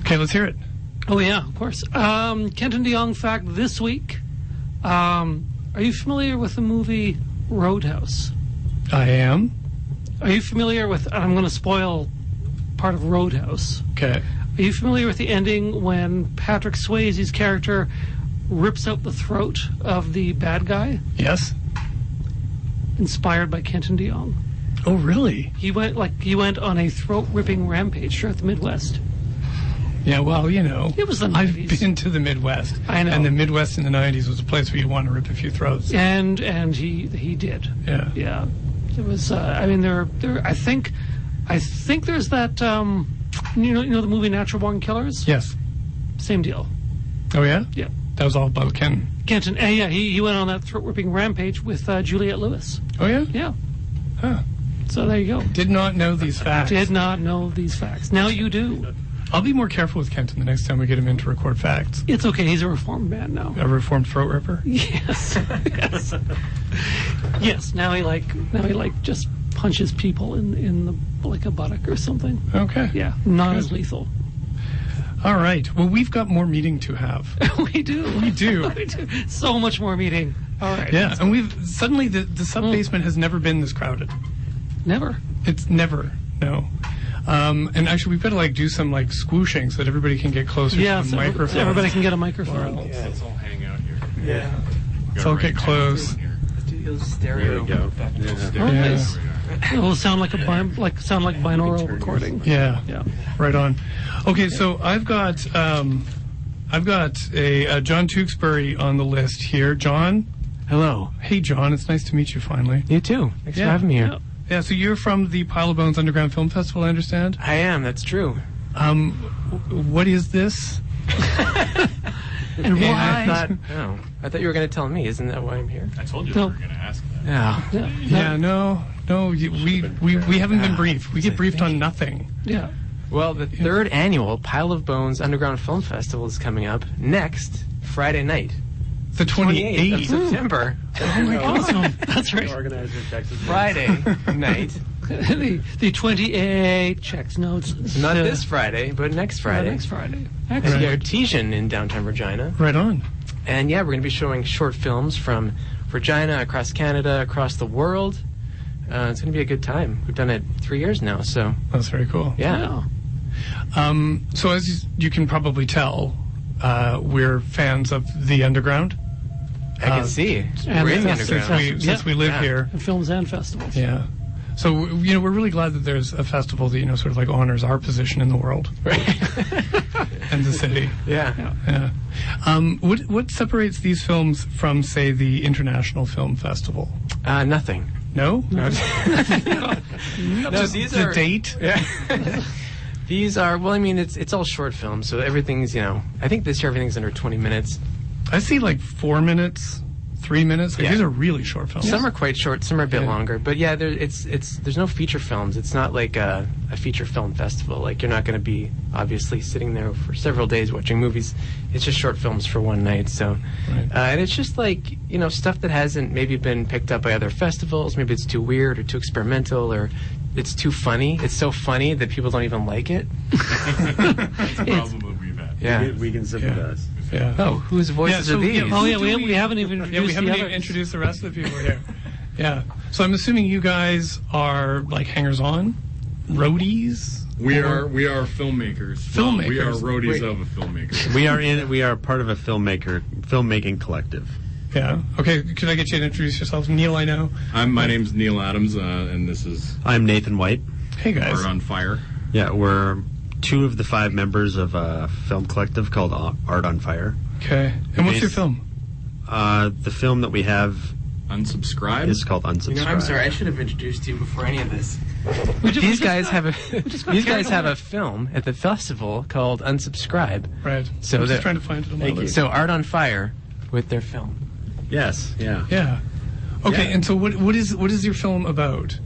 S2: Okay, let's hear it.
S1: Oh yeah, of course. Um, Kenton DeYoung fact this week. Um, are you familiar with the movie Roadhouse?
S2: I am.
S1: Are you familiar with? I'm going to spoil part of Roadhouse.
S2: Okay.
S1: Are you familiar with the ending when Patrick Swayze's character rips out the throat of the bad guy,
S2: Yes.
S1: inspired by Kenton DeYoung?
S2: Oh, really?
S1: He went like he went on a throat ripping rampage throughout the Midwest.
S2: Yeah, well, you know.
S1: It was the
S2: I've
S1: 90s.
S2: been to the Midwest.
S1: I know.
S2: And the Midwest in the 90s was a place where you want to rip a few throats.
S1: and and he he did.
S2: Yeah.
S1: Yeah, it was. Uh, I mean, there there. I think, I think there's that. Um, you know, you know the movie Natural Born Killers.
S2: Yes.
S1: Same deal.
S2: Oh, yeah?
S1: Yeah.
S2: That was all about Ken.
S1: Kenton. eh, yeah, he, he went on that throat ripping rampage with uh, Juliet Lewis.
S2: Oh, yeah?
S1: Yeah.
S2: Huh.
S1: So there you go.
S2: Did not know these facts.
S1: Did not know these facts. Now you do.
S2: I'll be more careful with Kenton the next time we get him in to record facts.
S1: It's okay. He's a reformed man now.
S2: A reformed throat ripper?
S1: [laughs] Yes. yes. yes. Now he like now he like just punches people in in the like a buttock or something.
S2: Okay.
S1: Yeah. Not
S2: Good.
S1: as lethal.
S2: All right. Well, we've got more meeting to have.
S1: [laughs] we do. We
S2: do.
S1: [laughs] we do. So much more meeting. All right. Mm.
S2: Yeah. And we've suddenly the, the sub basement has never been this crowded.
S1: Never.
S2: It's never. No. Um, and actually, we've got to like do some like squooshing so that everybody can get closer
S1: Yeah.
S2: to the
S1: so
S2: microphone.
S1: Everybody can get a microphone.
S5: Let's all hang out here.
S6: Yeah.
S5: Let's
S2: all get close.
S6: Those stereo.
S1: Oh,
S2: Yeah.
S1: nice. It will sound like a bin- like sound like binaural recording.
S2: Yeah.
S1: Yeah.
S2: Right on. Okay. So I've got um, I've got a, uh John Tewksbury on the list here. John.
S6: Hello.
S2: Hey, John. It's nice to meet you finally.
S6: You too. Thanks
S2: Yeah.
S6: for having me here.
S1: Yeah.
S2: Yeah. So you're from the Pile of Bones Underground Film Festival, I understand.
S6: I am. That's true.
S2: Um, w- what is this?
S1: And
S2: Yeah,
S1: why?
S6: I thought. Oh, I thought you were going to tell me. Isn't that why I'm here?
S5: I told you
S1: No.
S5: we were going to ask that.
S6: Yeah.
S1: yeah.
S2: Yeah. No. No. y- We we we haven't been
S6: Yeah.
S2: briefed. We get briefed on nothing.
S1: Yeah. [laughs]
S6: Well, the third annual Pile of Bones Underground Film Festival is coming up next Friday night,
S2: The
S6: 28th
S2: 28th.
S6: of September.
S1: Oh my God. Awesome. That's right.
S5: Organized in Texas.
S1: [laughs]
S6: Friday night.
S1: the, the 28 checks notes.
S6: Not
S1: Uh,
S6: this Friday, but next
S1: uh,
S6: Friday.
S1: Next Friday.
S6: At
S1: Excellent.
S6: the Artesian in downtown Regina.
S2: Right on.
S6: And yeah, we're going to be showing short films from Regina, across Canada, across the world. Uh, it's going to be a good time. We've done it three years now, so
S2: That's very cool.
S6: yeah.
S1: Yeah.
S2: Um, so as you- you can probably tell, uh, we're fans of the underground.
S6: I can
S2: Uh,
S6: see.
S1: and
S6: We're in the
S1: that's-
S2: Since
S6: underground.
S2: we since we live
S6: Yeah.
S2: here,
S1: And films and festivals.
S2: yeah. So w- you know we're really glad that there's a festival that you know sort of like honors our position in the world [laughs] and the city.
S6: yeah.
S2: Yeah. Um, what what separates these films from say the international film festival?
S6: Uh, nothing.
S2: No,
S6: No, these
S2: the
S6: are
S2: date.
S6: Yeah. these are well. I mean, it's it's all short films, so everything's you know. I think this year everything's under twenty minutes.
S2: I see like four minutes, three minutes. Like,
S6: Yeah.
S2: These are really short films.
S6: Some are quite short, some are a bit longer, but yeah, there, it's it's there's no feature films. It's not like a, a feature film festival. Like you're not going to be obviously sitting there for several days watching movies. It's just short films for one night. So,
S2: Right.
S6: uh, and it's just like you know stuff that hasn't maybe been picked up by other festivals. Maybe it's too weird or too experimental or it's too funny. It's so funny that people don't even like it.
S5: That's a problem that we've had.
S6: Yeah.
S7: We- We can sympathize.
S2: yeah.
S6: Oh, whose voices
S2: so,
S6: are these?
S2: yeah,
S1: Oh
S2: Who
S1: yeah,
S2: do
S1: we,
S2: we-
S1: we haven't even introduced
S2: Yeah, we haven't
S1: the
S2: even
S1: others.
S2: introduced the rest of the people here. [laughs] yeah. So I'm assuming you guys are like hangers on, roadies.
S5: We are we are filmmakers.
S2: Filmmakers.
S5: We are roadies
S6: Wait.
S5: of a filmmaker.
S7: We are in. We are part of a filmmaker filmmaking collective.
S2: Yeah. Okay. Could I get you to introduce yourselves? Neil, I know.
S5: I'm my name's Neil Adams, uh, and this is
S7: I'm Nathan White.
S2: Hey guys.
S5: Art on Fire.
S7: Yeah, we're two of the five members of a film collective called A- Art on Fire.
S2: Okay. And what's your
S7: Based-
S2: film?
S7: Uh, the film that we have
S5: Unsubscribe.
S7: is called Unsubscribe.
S6: You know, I'm sorry. I should have introduced you before any of this.
S1: We just- we
S6: These
S1: just
S6: guys
S1: got-
S6: have a
S1: just got
S6: these
S1: carried
S6: guys have
S1: away.
S6: a film at the festival called Unsubscribe.
S2: Right.
S6: So
S2: I'm just
S6: that-
S2: trying to find it on my
S7: Thank you.
S2: list.
S6: So Art on Fire with their film.
S7: Yes. Yeah.
S2: Yeah. Okay.
S7: Yeah.
S2: And so what what is what is your film about?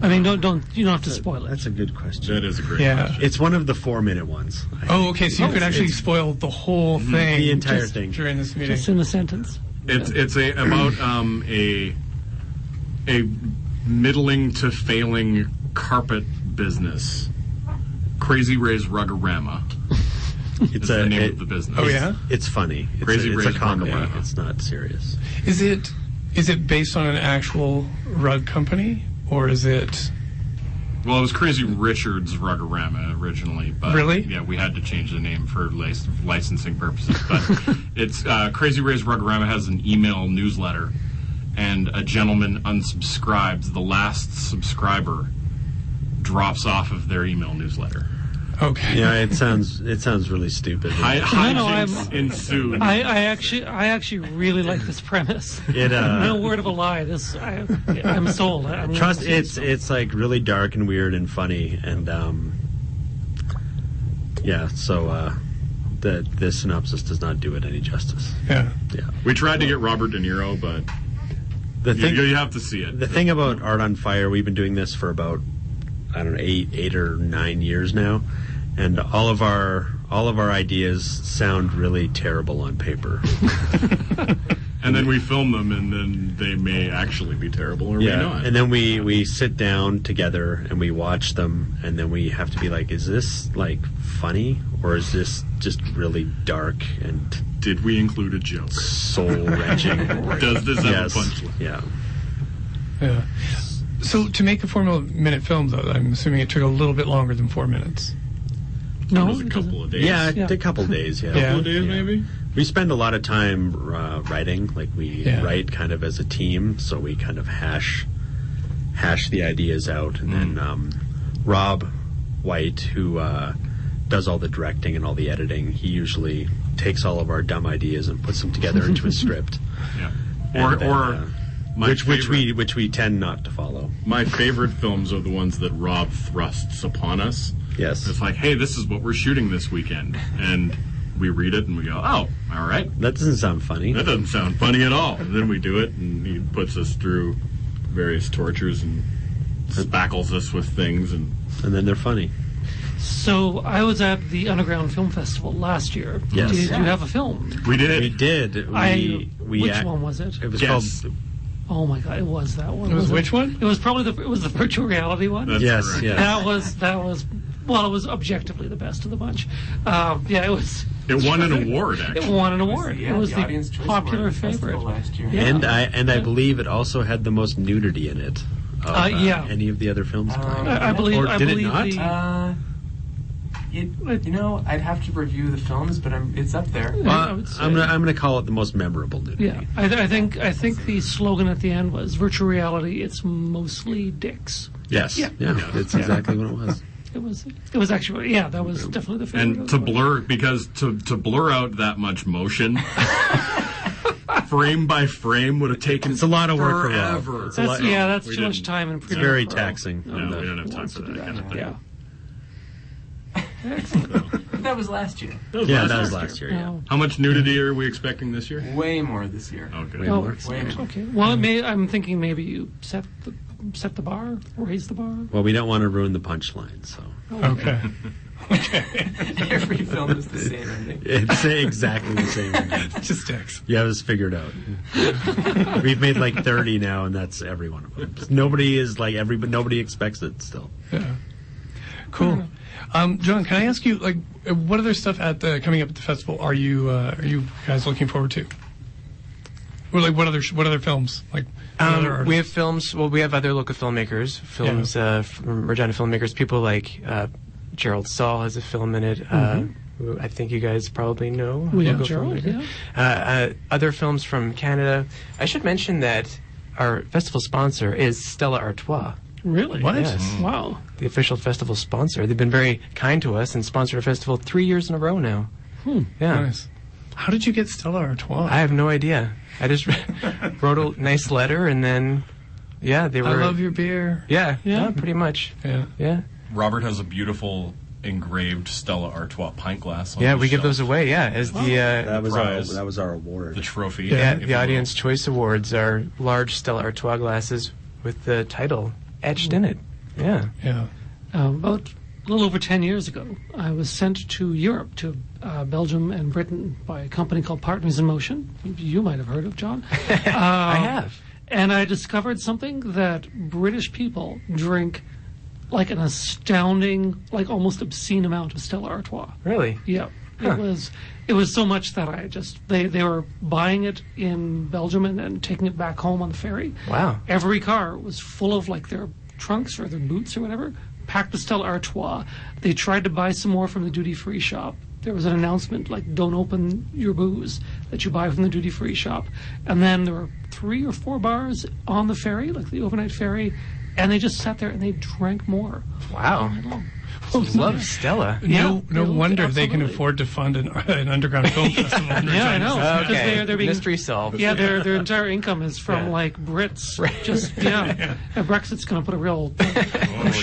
S1: I mean, don't don't you don't have to spoil it.
S7: That's a good question.
S5: That is a great
S2: Yeah.
S5: question.
S7: It's one of the four minute ones. I
S2: Oh, okay. So you
S7: Oh,
S2: could actually
S7: it's-
S2: spoil the whole thing,
S7: The entire
S2: just
S7: thing.
S2: during this meeting.
S1: Just in a sentence.
S5: It's it's a about um a a middling to failing carpet business. Crazy Ray's Rugorama.
S7: It's
S5: It's the name
S7: it-
S5: of the business.
S2: Oh, yeah?
S7: It's funny. It's
S5: Crazy
S7: a, it's a
S5: Ray's
S7: comedy.
S5: Rugorama.
S7: It's not serious.
S2: Is it is it based on an actual rug company or is it?
S5: Well, it was Crazy Richard's Rugorama originally, but
S2: Really?
S5: yeah, we had to change the name for lic- licensing purposes.
S1: [laughs]
S5: But it's uh, Crazy Ray's Rugorama has an email newsletter, and a gentleman unsubscribes. The last subscriber drops off of their email newsletter.
S2: Okay.
S7: Yeah, it sounds it sounds really stupid.
S5: Hi-
S1: no,
S5: hijinks
S1: I'm-
S5: ensued.
S1: I, I actually, I actually really like this premise.
S7: It
S1: No
S5: [laughs]
S7: uh,
S1: word of a lie. This, I, I'm sold. I, I'm
S7: trust it's it's like really dark and weird and funny and um, yeah. So uh, the the synopsis does not do it any justice.
S2: Yeah.
S7: Yeah.
S5: we tried to get Robert De Niro, but
S7: The
S5: you,
S7: thing
S5: you have to see it.
S7: the thing about Art on Fire, we've been doing this for about I don't know eight eight or nine years now, and all of our all of our ideas sound really terrible on paper.
S5: And then we film them, and then they may actually be terrible or may not.
S7: and then we we sit down together and we watch them, and then we have to be like, is this like funny or is this just really dark and
S5: Did we include a joke?
S7: soul wrenching?
S5: Does this [laughs] have
S7: yes,
S5: a punchline?
S7: yeah.
S2: Yeah. So to make a four minute film, though, I'm assuming it took a little bit longer than four minutes.
S1: no,
S7: Oh,
S5: It was a
S1: it doesn't.
S5: couple of days.
S7: yeah,
S1: Yeah.
S7: a couple days, yeah.
S2: Yeah.
S5: couple of days maybe.
S7: We spend a lot of time uh, writing, like we
S2: Yeah.
S7: write kind of as a team, so we kind of hash hash the ideas out, and then um, Rob White, who uh, does all the directing and all the editing, he usually takes all of our dumb ideas and puts them together into a script,
S5: Yeah.
S7: And
S5: Or
S7: then,
S5: or
S7: uh,
S5: my
S7: which which
S5: favorite-
S7: we which we tend not to follow.
S5: my favorite films are the ones that Rob thrusts upon us.
S7: Yes,
S5: It's like, hey, this is what we're shooting this weekend, and we read it and we go, oh, all right,
S7: that doesn't sound funny.
S5: that doesn't sound funny at all. And then we do it, and he puts us through various tortures and spackles us with things and
S7: And then they're funny.
S1: So I was at the Underground Film Festival last year.
S7: Yes.
S1: Did you have a film?
S5: we did it.
S7: We did. We,
S1: I,
S7: we
S1: which
S7: act-
S1: one was it?
S7: It was
S5: Yes.
S7: called.
S1: Oh my god, it was that one.
S2: It was
S1: wasn't
S2: which one?
S1: It was probably the it was the virtual reality one.
S5: That's
S7: yes,
S5: correct.
S7: yes.
S1: that was that was well, it was objectively the best of the bunch. Um, yeah, it was.
S5: It won an award,
S1: It
S5: actually.
S1: won an award.
S6: Yeah,
S1: it was
S6: the
S1: the,
S6: Audience Choice
S1: popular
S6: Award Festival
S1: favorite.
S6: last year.
S1: Yeah.
S7: And I and I believe it also had the most nudity in it. Of,
S1: Uh, yeah.
S7: Any of the other films playing.
S1: I, I believe.
S7: Or
S1: I
S7: did it
S1: believe
S7: not?
S1: The,
S6: Uh, it, you know, I'd have to review the films, but I'm, it's up there.
S1: I- I
S7: Uh,
S1: would say-
S7: I'm gonna I'm gonna call it the most memorable nudity.
S1: yeah, I, I think I think the slogan at the end was "Virtual reality. It's mostly dicks."
S7: Yes.
S1: Yeah.
S7: Yeah. That's exactly what it was.
S1: It was. It was actually. Yeah, that was definitely the favorite.
S5: And
S1: of the
S5: to
S1: bunch.
S5: blur because to to blur out that much [laughs] motion, frame by frame would have taken.
S7: It's a lot of work for Rob.
S5: forever.
S7: It's a
S1: That's,
S7: lot-
S1: yeah, that's
S5: We
S1: too much
S5: didn't.
S1: time and
S7: It's very taxing.
S5: No,
S7: on the-
S5: we don't have time for that kind of thing.
S1: Yeah.
S6: That was last year.
S7: yeah, that was last year. Yeah.
S1: No.
S5: How much nudity are we expecting this year?
S6: Way more this year.
S5: Okay.
S7: Way
S1: Oh,
S7: more.
S6: Way more.
S1: Okay. Well, it may, I'm thinking maybe you set the set the bar, raise the bar.
S7: Well, we don't want to ruin the punchline, so
S2: Okay.
S6: Every film is the same ending.
S7: it's exactly the same.
S2: Just X.
S7: You have this figured out. We've made like 30 now, and that's every one of them. Nobody is like every, but nobody expects it still.
S2: Yeah. Cool. Um, John, can I ask you, like, uh, what other stuff at the coming up at the festival are you uh, are you guys looking forward to? Or like, what other sh- what other films? Like, what other
S6: Um,
S2: artists?
S6: we have films. Well, we have other local filmmakers, films uh, from Regina filmmakers. People like uh, Gerald Saul has a film in it. Uh,
S2: Mm-hmm.
S6: who I think you guys probably know. a
S1: We have
S6: local
S1: Gerald,
S6: filmmaker. Uh, uh, other films from Canada. I should mention that our festival sponsor is Stella Artois.
S1: Really?
S2: What?
S6: Yes.
S1: Wow.
S6: The official festival sponsor. They've been very kind to us and sponsored our festival three years in a row now. Yeah.
S2: Hmm. Nice. How did you get Stella Artois?
S6: I have no idea. I just [laughs] wrote a nice letter and then, yeah, they were.
S2: I love your beer.
S6: Yeah,
S1: Yeah.
S6: yeah, pretty much.
S2: Yeah.
S6: Yeah,
S5: Robert has a beautiful engraved Stella Artois pint glass. On
S6: yeah,
S5: his
S6: we give
S5: shelf.
S6: those away. Yeah, as the uh,
S7: That was
S5: Prize.
S7: our that was our award.
S5: the trophy.
S2: Yeah,
S6: yeah,
S5: if you
S6: the
S5: will.
S6: Audience Choice Awards are large Stella Artois glasses with the title etched in it. Yeah,
S2: Yeah.
S1: Uh, about a little over 10 years ago, I was sent to Europe, to uh, Belgium and Britain, by a company called Partners in Motion. You might have heard of, John.
S6: [laughs]
S1: Um,
S6: I have.
S1: and I discovered something that British people drink like an astounding, like almost obscene amount of Stella Artois.
S6: Really?
S1: Yeah, it was. It was so much that I just they they were buying it in Belgium and, and taking it back home on the ferry.
S6: Wow.
S1: Every car was full of like their trunks or their boots or whatever, packed with Stella Artois. They tried to buy some more from the duty free shop. There was an announcement like, "Don't open your booze that you buy from the duty free shop." And then there were three or four bars on the ferry, like the overnight ferry, and they just sat there and they drank more.
S6: Wow. Love Stella.
S1: Yeah,
S2: no, no
S1: yeah,
S2: wonder they can
S1: absolutely.
S2: afford to fund an, an
S1: [laughs]
S2: underground film festival. under
S1: Yeah, I
S2: Chinese-
S1: know. Because
S6: Okay.
S1: they're, they're being
S6: Mystery solved.
S1: Yeah, their their entire income is from like Brits. Just yeah, And Brexit's going to put a real
S5: Oh [laughs]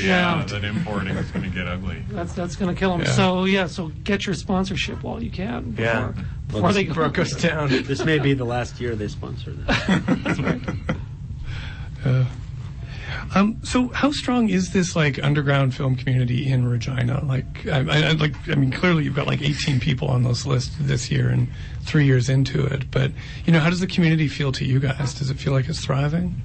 S5: yeah,
S1: Yeah.
S5: that importing is going to get ugly.
S1: that's that's going to kill them.
S2: Yeah.
S1: So yeah, so get your sponsorship while you can. Before,
S6: Yeah.
S1: before they go.
S6: Broke us down.
S7: This may be the last year they sponsor that.
S2: Um, so, how strong is this like underground film community in Regina? Like, I, I, I- like, I mean, clearly you've got like 18 people on this list this year and three years into it. But you know, how does the community feel to you guys? Does it feel like it's thriving?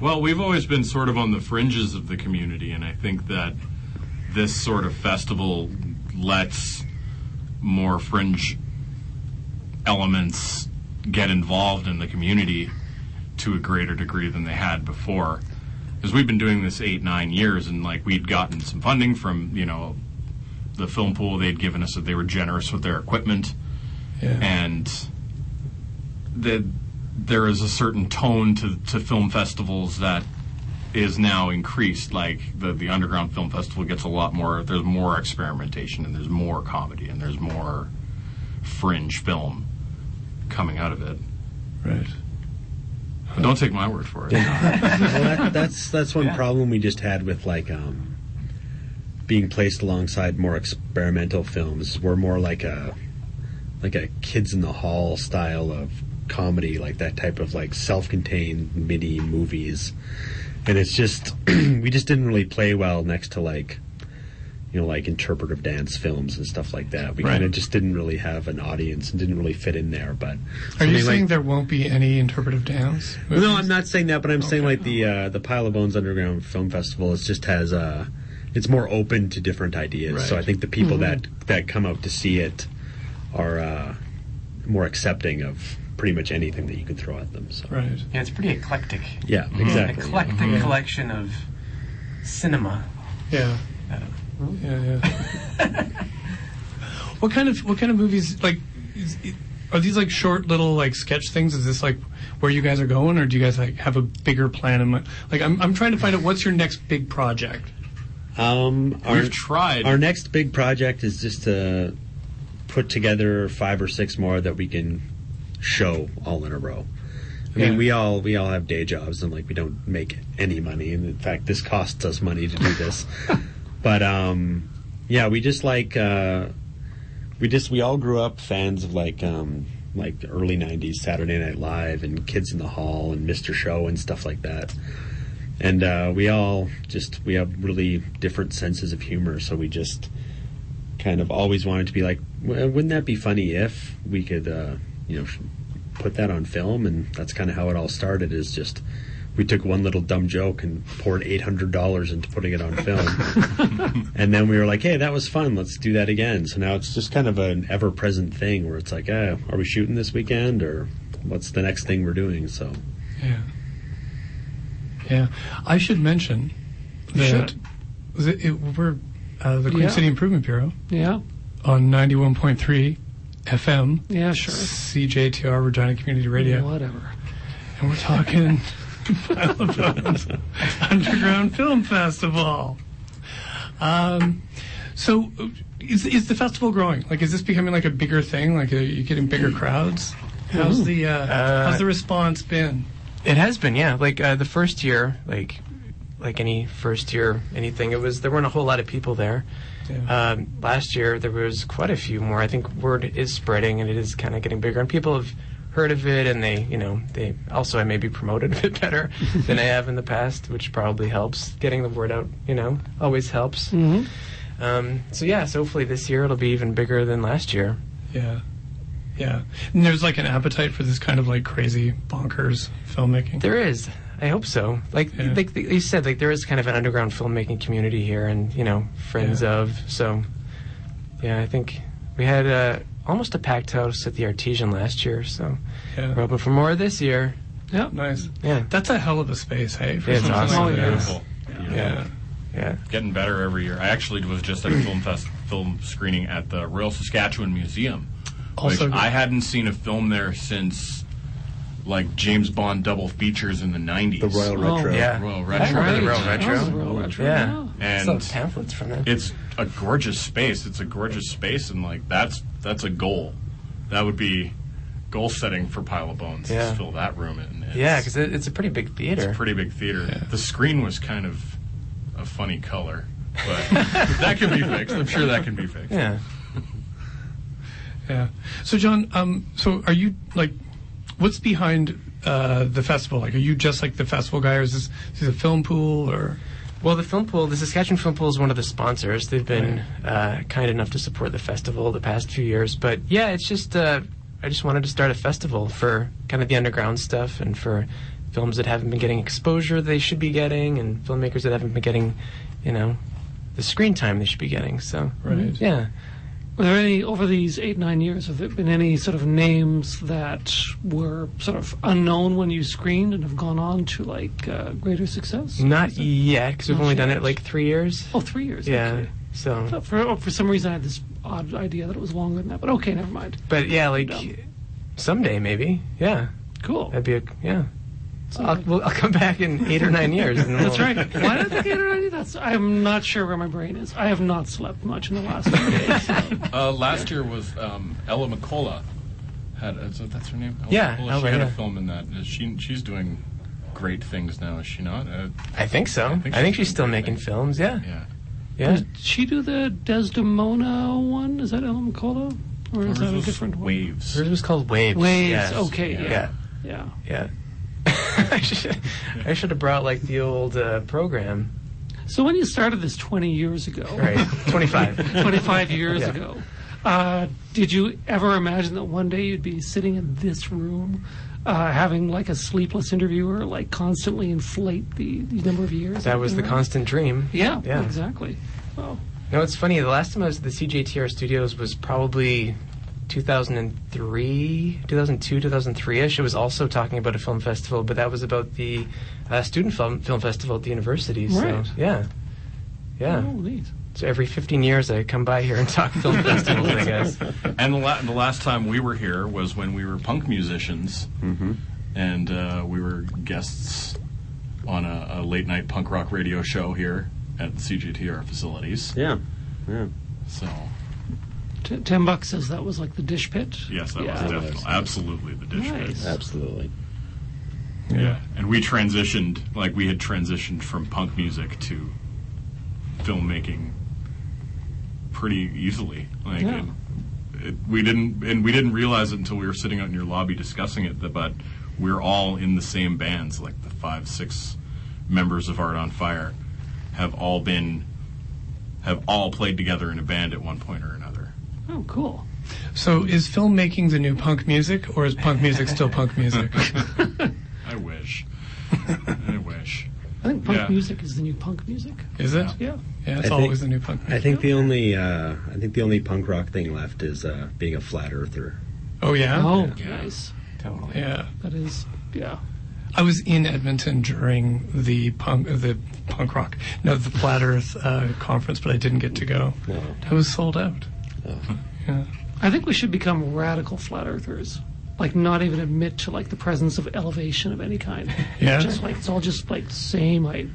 S5: Well, we've always been sort of on the fringes of the community, and I think that this sort of festival lets more fringe elements get involved in the community to a greater degree than they had before. Because we've been doing this eight, nine years, and like we'd gotten some funding from, you know, the film pool they'd given us that they were generous with their equipment.
S2: Yeah.
S5: and that there is a certain tone to, to film festivals that is now increased. Like the the underground film festival gets a lot more. There's more experimentation and there's more comedy and there's more fringe film coming out of it.
S2: right.
S5: But don't take my word for it.
S7: well, that, that's that's one problem we just had with like um, being placed alongside more experimental films. We're more like a like a kids in the hall style of comedy, like that type of like self-contained mini movies, and it's just [clears throat] we just didn't really play well next to like you know like interpretive dance films and stuff like that. We
S2: Right.
S7: kind of just didn't really have an audience and didn't really fit in there. But
S2: Are
S7: something
S2: you
S7: like-
S2: saying there won't be any interpretive dance?
S7: no, I'm not saying that, but I'm saying like the uh, the Pile of Bones Underground Film Festival. It just has uh, it's more open to different ideas. So
S5: Right.
S7: I think the people that that come out to see it are uh, more accepting of pretty much anything that you can throw at them. So Mm-hmm.
S2: Right.
S6: Yeah, it's pretty eclectic.
S7: yeah, exactly.
S6: Eclectic collection of cinema.
S2: Yeah. Yeah, yeah. [laughs] what kind of what kind of movies like is, it- are these like short little like sketch things? Is this like where you guys are going, or do you guys like have a bigger plan? In mind? Like I'm I'm trying to find out what's your next big project.
S7: Um, our,
S5: We've tried.
S7: our next big project is just to put together five or six more that we can show all in a row. I mean,
S2: Yeah.
S7: we all we all have day jobs and like we don't make any money, and in fact, this costs us money to do this. but um, yeah, we just like uh, we just we all grew up fans of like um, like the early '90s Saturday Night Live and Kids in the Hall and Mr. Show and stuff like that. And uh, we all just we have really different senses of humor, so we just kind of always wanted to be like, "W- wouldn't that be funny if we could, uh, you know, sh- put that on film? And that's kind of how it all started. Is just we took one little dumb joke and poured eight hundred dollars into putting it on film, and then we were like, hey, that was fun. Let's do that again. So now it's just kind of an ever-present thing where it's like, eh, are we shooting this weekend or what's the next thing we're doing? So
S2: Yeah. Yeah. I should mention that
S1: should.
S2: was it, it, we're uh, the Queen
S1: Yeah.
S2: City Improvement Bureau
S1: Yeah,
S2: on 91.3 FM
S1: yeah, sure.
S2: CJTR Regina Community Radio.
S1: Whatever.
S2: And we're talking [laughs] Pile of Bones Underground Film Festival. Um, so, uh, is is the festival growing? Like, is this becoming like a bigger thing? Like, are you getting bigger crowds?
S6: Mm-hmm.
S2: How's the uh, how's the response been?
S6: It has been, yeah. Like uh, the first year, like like any first year anything, it was there weren't a whole lot of people there.
S2: Yeah.
S6: Um, last year there was quite a few more. I think word is spreading and it is kind of getting bigger, and people have heard of it, and they, you know, they also I maybe promoted [laughs] a bit better than I have in the past, which probably helps. Getting the word out, you know, always helps. Um, so yeah, so hopefully this year it'll be even bigger than last year.
S2: Yeah, yeah. And there's like an appetite for this kind of like crazy bonkers filmmaking.
S6: There is. I hope so. Like
S2: Yeah.
S6: like you said, like there is kind of an underground filmmaking community here, and you know, friends
S2: Yeah.
S6: of. So, yeah, I think we had uh, almost a packed house at the Artesian last year, so we're
S2: Yeah.
S6: hoping for more this year.
S2: yeah, nice.
S6: Yeah,
S2: That's a hell of a space, hey? For
S6: Yeah, it's
S2: something like
S6: awesome. Oh, yeah.
S2: that.
S5: Beautiful. Beautiful.
S2: Yeah.
S6: yeah.
S5: Getting better every year. I actually was just at a film fest film screening at the Royal Saskatchewan Museum.
S2: Also
S5: which
S2: good.
S5: I hadn't seen a film there since like James Bond double features in the nineties.
S7: The Royal
S1: Oh,
S7: Retro.
S6: yeah.
S5: Royal
S2: That's
S5: Retro.
S6: Right.
S2: right.
S6: Royal Retro.
S1: That was a real retro,
S6: Yeah.
S5: And
S6: Some pamphlets from them.
S5: it's a gorgeous space. It's a gorgeous space, and like that's that's a goal. That would be goal setting for Pile of Bones.
S6: Yeah.
S5: Just fill that room in. It's,
S6: Yeah, because it, it's a pretty big
S5: it's
S6: theater.
S5: a pretty big theater.
S2: Yeah.
S5: The screen was kind of a funny color, but [laughs] that can be fixed. I'm sure that can be fixed.
S6: yeah.
S2: Yeah. So, John, um, so are you like, what's behind uh, the festival? Like, are you just like the festival guy, or is this, is this a film pool, or
S6: Well, the film pool, the Saskatchewan Film Pool, is one of the sponsors. They've been uh, kind enough to support the festival the past few years. But yeah, it's just uh, I just wanted to start a festival for kind of the underground stuff and for films that haven't been getting exposure they should be getting, and filmmakers that haven't been getting, you know, the screen time they should be getting. So
S2: Right.
S6: yeah,
S1: Were there any over these eight nine years? Have there been any sort of names that were sort of unknown when you screened and have gone on to like uh, greater success?
S6: not yet because we've
S1: Not
S6: only done
S1: yet.
S6: it like three years.
S1: Oh, three years.
S6: yeah.
S1: okay. I
S6: So,
S1: thought For oh, for some reason, I had this odd idea that it was longer than that. But okay, never mind.
S6: but yeah, like
S1: Dumb.
S6: someday maybe. Yeah,
S1: Cool.
S6: that'd be a yeah. I'll, well, I'll come back in eight or nine years. [laughs] And
S1: That's
S6: we'll-
S1: right. Why did I think I already knew That's I'm not sure where my brain is. I have not slept much in the last few days. so.
S5: Uh, last year was um, Ella McCullough. Had is that, that's her name? Ella
S6: Yeah,
S5: McCullough.
S6: Ella,
S5: she had a
S6: yeah.
S5: film in that. Is she she's doing great things now, is she not? Uh,
S6: I think so. I think, she's still making films. Yeah,
S5: yeah.
S6: yeah.
S1: Did she do the Desdemona one? Is that El Cola? Or is that a
S5: Hers was
S1: different one?
S5: Waves.
S6: Hers was called Waves.
S1: Waves.
S6: Yes.
S1: Okay. Yeah.
S6: Yeah.
S1: Yeah.
S6: Yeah. [laughs] I should I should have brought like the old uh, program.
S1: So when you started this 20 years ago,
S6: [laughs] Right. Twenty five.
S1: 25 years
S6: Yeah.
S1: ago, uh, did you ever imagine that one day you'd be sitting in this room? Uh, having like a sleepless interviewer, like constantly inflate the, the number of years.
S6: That was the
S1: constant.
S6: constant dream.
S1: Yeah,
S6: Yeah.
S1: exactly. Well,
S6: No, it's funny. The last time I was at the CJTR studios was probably 2003, 2002, 2003 ish. It was also talking about a film festival, but that was about the uh, student film, film festival at the university. So,
S1: Right.
S6: Yeah. Yeah.
S1: oh, neat.
S6: So every 15 years, I come by here and talk film festivals, I guess.
S5: And the, la- the last time we were here was when we were punk musicians,
S1: Mm-hmm.
S5: and uh, we were guests on a, a late night punk rock radio show here at the CGTR facilities.
S7: Yeah. Yeah.
S5: So
S1: T- Ten bucks says that was like the dish pit.
S5: yes, that
S1: Yeah.
S5: was definitely absolutely the dish
S1: Nice.
S5: pits.
S7: Absolutely.
S5: Yeah, and we transitioned like we had transitioned from punk music to filmmaking pretty easily. Like
S1: Yeah.
S5: it, it, we didn't, and we didn't realize it until we were sitting out in your lobby discussing it. that- But we're all in the same bands, like the five, six members of Art on Fire have all been have all played together in a band at one point or another.
S1: Oh, cool.
S2: so is filmmaking the new punk music, or is punk music still
S1: [laughs]
S2: punk music?
S5: I wish. I wish.
S1: I think punk
S5: Yeah.
S1: music is the new punk music.
S2: Is it?
S1: Yeah.
S2: Yeah, it's
S7: I think-
S2: always the new punk.
S7: I think the only uh, I think the only punk rock thing left is uh, being a flat earther.
S2: Oh yeah.
S1: Oh,
S5: Yeah.
S1: nice.
S6: Totally.
S2: Yeah.
S1: That is, yeah.
S2: I was in Edmonton during the punk the punk rock no the Flat Earth uh, conference, but I didn't get to go.
S7: No.
S2: It was sold out. Yeah.
S1: I think we should become radical flat earthers. Like, not even admit to like the presence of elevation of any kind.
S2: Yeah.
S1: Just like it's all just like same, like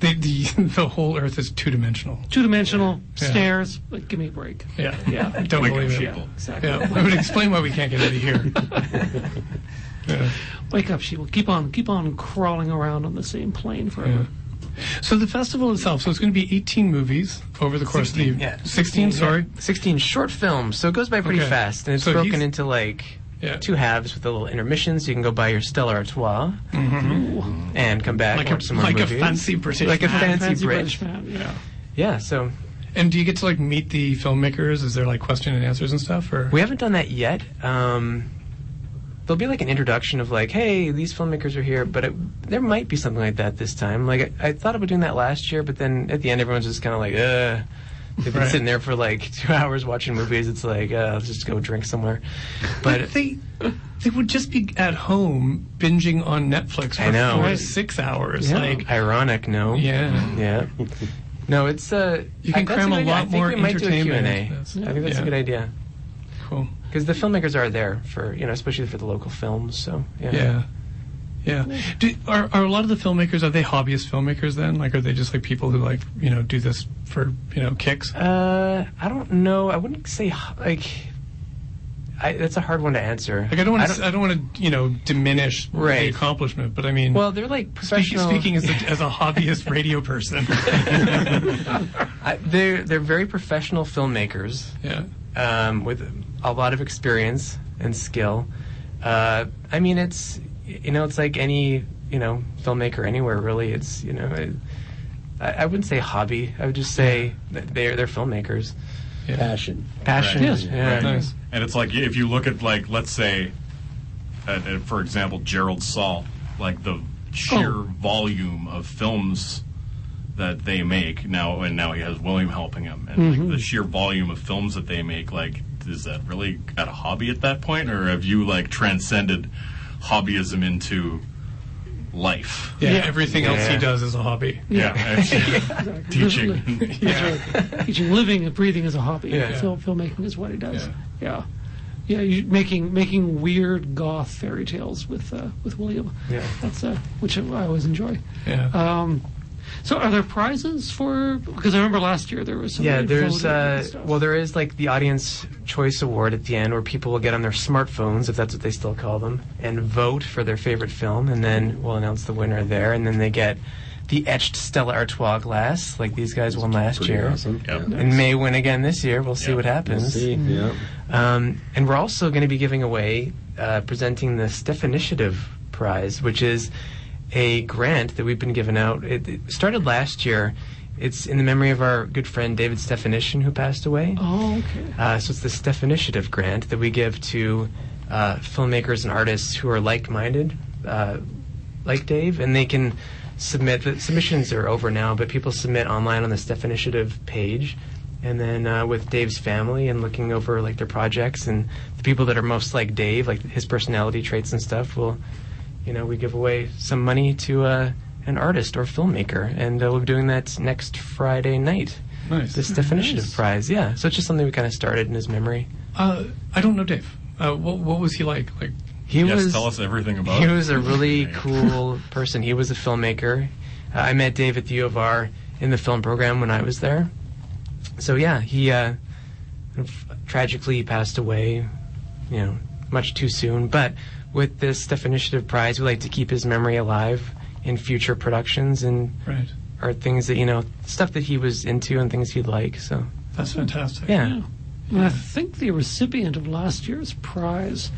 S2: The, [laughs] the the whole Earth is two dimensional.
S1: two dimensional
S2: Yeah.
S1: stairs. Like, give me a break.
S2: Yeah.
S1: Yeah.
S2: Don't
S5: Wake up,
S2: believe it.
S5: sheeple.
S1: Exactly.
S2: Yeah, [laughs] I would explain why we can't get out of here. Yeah.
S1: Wake up, she will keep on, keep on crawling around on the same plane forever.
S2: So the festival itself, so it's going to be 18 movies over the course of
S6: 16,
S2: the
S6: yeah.
S2: 16. Sorry,
S6: 16 short films, so it goes by pretty
S2: Okay.
S6: fast. And it's
S2: So
S6: broken
S2: he's-
S6: into like
S2: Yeah.
S6: two halves with a little intermission, so you can go buy your Stella Artois and come
S2: Mm-hmm.
S6: back
S2: like
S6: watch
S2: a
S6: some more
S2: like a
S6: movies.
S2: fancy British.
S6: Like a
S2: man.
S6: fancy
S1: British
S6: Brit.
S1: man. Yeah.
S6: Yeah, so
S2: and do you get to like meet the filmmakers? Is there like question and answers and stuff? Or
S6: we haven't done that yet. Um, there'll be like an introduction of like, hey, these filmmakers are here, but it, there might be something like that this time. Like I, I thought about doing that last year, but then at the end, everyone's just kind of like, uh. They've been
S2: Right.
S6: sitting there for like [laughs] two hours watching movies. It's like, uh, let's just go drink somewhere.
S2: [laughs]
S6: But
S2: But they they would just be at home binging on Netflix for
S6: I know.
S2: four to
S6: Right.
S2: six hours.
S6: yeah,
S2: Like,
S6: ironic, no?
S2: yeah,
S6: Yeah. No, it's uh,
S2: You can
S6: I- that's
S2: cram
S6: a
S2: a
S6: good idea.
S2: lot
S6: I think
S2: more
S6: we might
S2: entertainment
S6: Do a Q&A.
S2: into this.
S6: I think that's
S2: Yeah.
S6: a good idea
S2: cool.
S6: because the filmmakers are there for you know, especially for the local films. So yeah.
S2: Yeah. Yeah. Do, are, are a lot of the filmmakers, are they hobbyist filmmakers then? Like, are they just like people who like, you know, do this for, you know, kicks?
S6: Uh, I don't know. I wouldn't say h- like. I, that's a hard one to answer.
S2: Like, I don't want to, I don't want to, you know, diminish the
S6: Right.
S2: accomplishment, but I mean,
S6: Well, they're like
S2: speaking,
S6: professional.
S2: speaking
S6: [laughs]
S2: as, a, as a hobbyist radio person.
S6: I, they're they're very professional filmmakers.
S2: yeah.
S6: um, with a lot of experience and skill. Uh, I mean, it's you know, it's like any you know filmmaker anywhere really. It's you know, it, I, I wouldn't say hobby. I would just say that they're they're filmmakers.
S7: Passion.
S6: Passion.
S2: Yes.
S6: Yeah.
S2: Nice.
S5: And it's like if you look at like let's say, uh, uh, for example, Gerald Saul, like the sheer
S2: Oh.
S5: volume of films that they make now, and now he has William helping him, and like the sheer volume of films that they make, like is that really at a hobby at that point, or have you like transcended hobbyism into life?
S2: Yeah. Everything else he
S6: Yeah.
S2: does is a hobby.
S5: Yeah, it's-
S1: [laughs]
S5: teaching.
S2: Yeah.
S1: teaching living and breathing is a hobby.
S6: Yeah.
S1: Film, filmmaking is what he does. Yeah. Yeah, you, making making weird goth fairy tales with uh, with William.
S6: Yeah.
S1: That's uh, which I always enjoy.
S2: Yeah.
S6: Uh,
S1: Um, so, are there prizes for? Because I remember last year there was some
S6: Yeah,
S1: really
S6: there's
S1: informative
S6: uh,
S1: stuff.
S6: well, there is like the audience choice award at the end, where people will get on their smartphones, if that's what they still call them, and vote for their favorite film, and then we'll announce the winner there, and then they get the etched Stella Artois glass, like these guys won last
S7: Pretty
S6: year,
S7: awesome.
S5: Yep.
S7: Yeah.
S6: and may win again this year. We'll see
S5: Yeah.
S6: what
S7: We'll
S6: happens.
S7: see. Yeah.
S6: Um, and we're also going to be giving away, uh, presenting the Steph Initiative Prize, which is a grant that we've been giving out. It, it started last year. It's in the memory of our good friend David Stefanishin, who passed away.
S1: Oh, okay.
S6: Uh, so it's the Steph Initiative grant that we give to uh, filmmakers and artists who are like-minded, uh, like Dave, and they can submit. The submissions are over now, but people submit online on the Steph Initiative page, and then uh, with Dave's family and looking over like their projects and the people that are most like Dave, like his personality traits and stuff. Will you know we give away some money to uh, an artist or filmmaker, and uh, we'll be doing that next Friday night
S2: Nice.
S6: this definition of prize. Yeah, so it's just something we kind of started in his memory.
S2: Uh, I don't know Dave. Uh, what, what was he like? Like,
S6: He
S5: yes,
S6: was
S5: tell us everything about
S6: he
S5: it.
S6: was
S5: [laughs]
S6: a really
S5: Yeah.
S6: cool person. He was a filmmaker. Uh, I met Dave at the U of R in the film program when I was there. So yeah, he uh, f- tragically he passed away, you know, much too soon. But with this Steph Initiative Prize, we like to keep his memory alive in future productions and
S2: right.
S6: or things that you know stuff that he was into and things he'd like. So
S2: That's fantastic.
S6: yeah.
S1: And I think the recipient of last year's prize,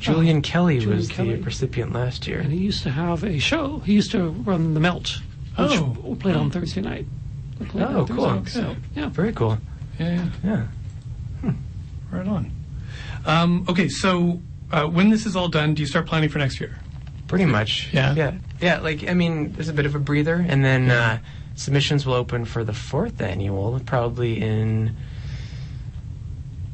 S6: Julian Kelly
S1: Julian
S6: was
S1: Kelly.
S6: the recipient last year.
S1: uh, and he used to have a show. He used to run the Melt, which
S2: Oh.
S1: played on Thursday night. Like late
S6: Oh,
S1: on Thursday
S6: cool.
S1: night. So, yeah.
S6: Very cool.
S2: Yeah. yeah.
S6: Yeah.
S2: Right on. Um, okay, so uh, when this is all done, do you start planning for next year?
S6: Pretty much.
S2: Yeah.
S6: Yeah. Yeah. Like, I mean, there's a bit of a breather, and then uh, submissions will open for the fourth annual, probably in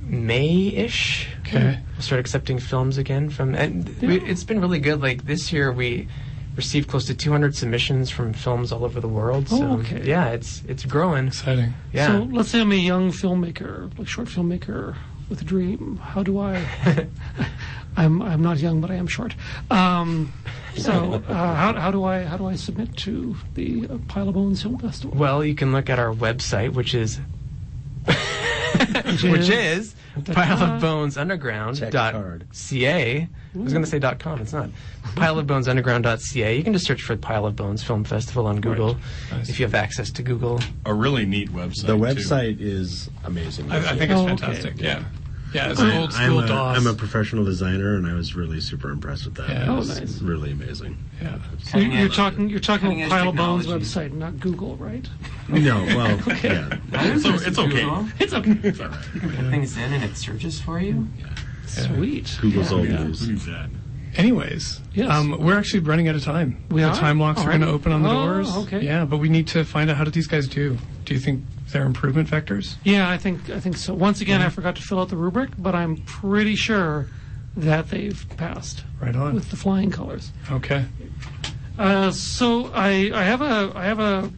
S6: May ish.
S2: Okay.
S6: We'll start accepting films again from, and we, it's been really good. Like, this year we received close to 200 submissions from films all over the world. So,
S1: Oh, okay.
S6: yeah, it's it's growing.
S2: Exciting.
S6: Yeah.
S1: So let's say I'm a young filmmaker, like short filmmaker with a dream. How do
S2: [laughs]
S1: I? I'm I'm not young, but I am short. Um, so uh, how how do I how do I submit to the uh, Pile of Bones Film Festival?
S6: Well, you can look at our website,
S1: [laughs]
S6: which is
S1: is-
S6: which is pileofbonesunderground.ca. I was going to say dot .com. It's not. Pileofbonesunderground.ca. You can just search for Pile of Bones Film Festival on Google
S2: Nice.
S6: if you have access to Google.
S5: a really neat website.
S7: The
S5: too.
S7: website is amazing.
S2: I, I think it's
S1: Oh, okay.
S2: fantastic. Yeah. Yeah, it's an old
S7: I'm
S2: school
S7: a-
S2: DOS.
S7: I'm a professional designer, and I was really super impressed with that.
S2: Yeah.
S7: It
S2: Oh,
S7: was
S1: nice.
S7: Really amazing.
S2: yeah.
S1: You- You're, talking you're talking
S8: Cutting
S1: about
S8: edge
S1: Pile of Bones
S8: technology.
S1: website, not Google, right?
S7: No, well, yeah.
S5: It's, o- it's okay.
S1: It's okay.
S8: Put things in and it searches for you.
S1: Sweet.
S7: Google's
S1: Yeah.
S7: old
S5: Yeah.
S7: news.
S5: Who's that?
S2: Anyways,
S1: Yes.
S2: um, we're actually running out of time.
S1: We
S2: the
S1: are?
S2: time locks are going to
S1: Alrighty.
S2: open on the
S1: Oh,
S2: doors.
S1: okay.
S2: Yeah, but we need to find out how did these guys do? Do you think they're improvement vectors?
S1: Yeah, I think I think so. Once again, I forgot to fill out the rubric, but I'm pretty sure that they've passed
S2: Right on.
S1: with the flying colors.
S2: Okay.
S1: Uh, so I, I have a I have a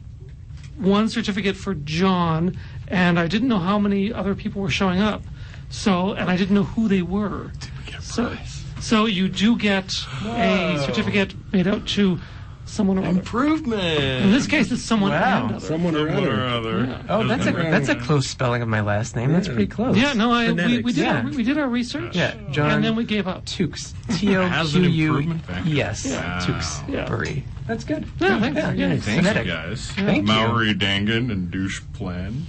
S1: one certificate for John, and I didn't know how many other people were showing up. So and I didn't know who they were. So, so you do get a certificate made out to someone or other. In
S5: Improvement.
S1: this case, it's someone
S6: Wow.
S1: and other.
S7: Someone or
S5: Or
S7: other.
S5: other.
S6: Oh, that's a that's a close spelling of my last name. That's pretty close.
S1: yeah, no, I, we, we
S7: Phonetics.
S1: did our,
S6: Yeah.
S1: we did our research.
S6: Yeah, John.
S1: And then we gave up. [laughs]
S6: Tukes.
S5: Has an improvement factor.
S6: T-O-Q-U-E-S.
S5: Yeah.
S6: Tukes.
S1: Yeah.
S6: Bury. That's good.
S1: Yeah, thanks. Yeah,
S5: Thanks,
S6: phonetic.
S5: you guys.
S6: Thank you.
S5: Maori Dangan and Douche Plan.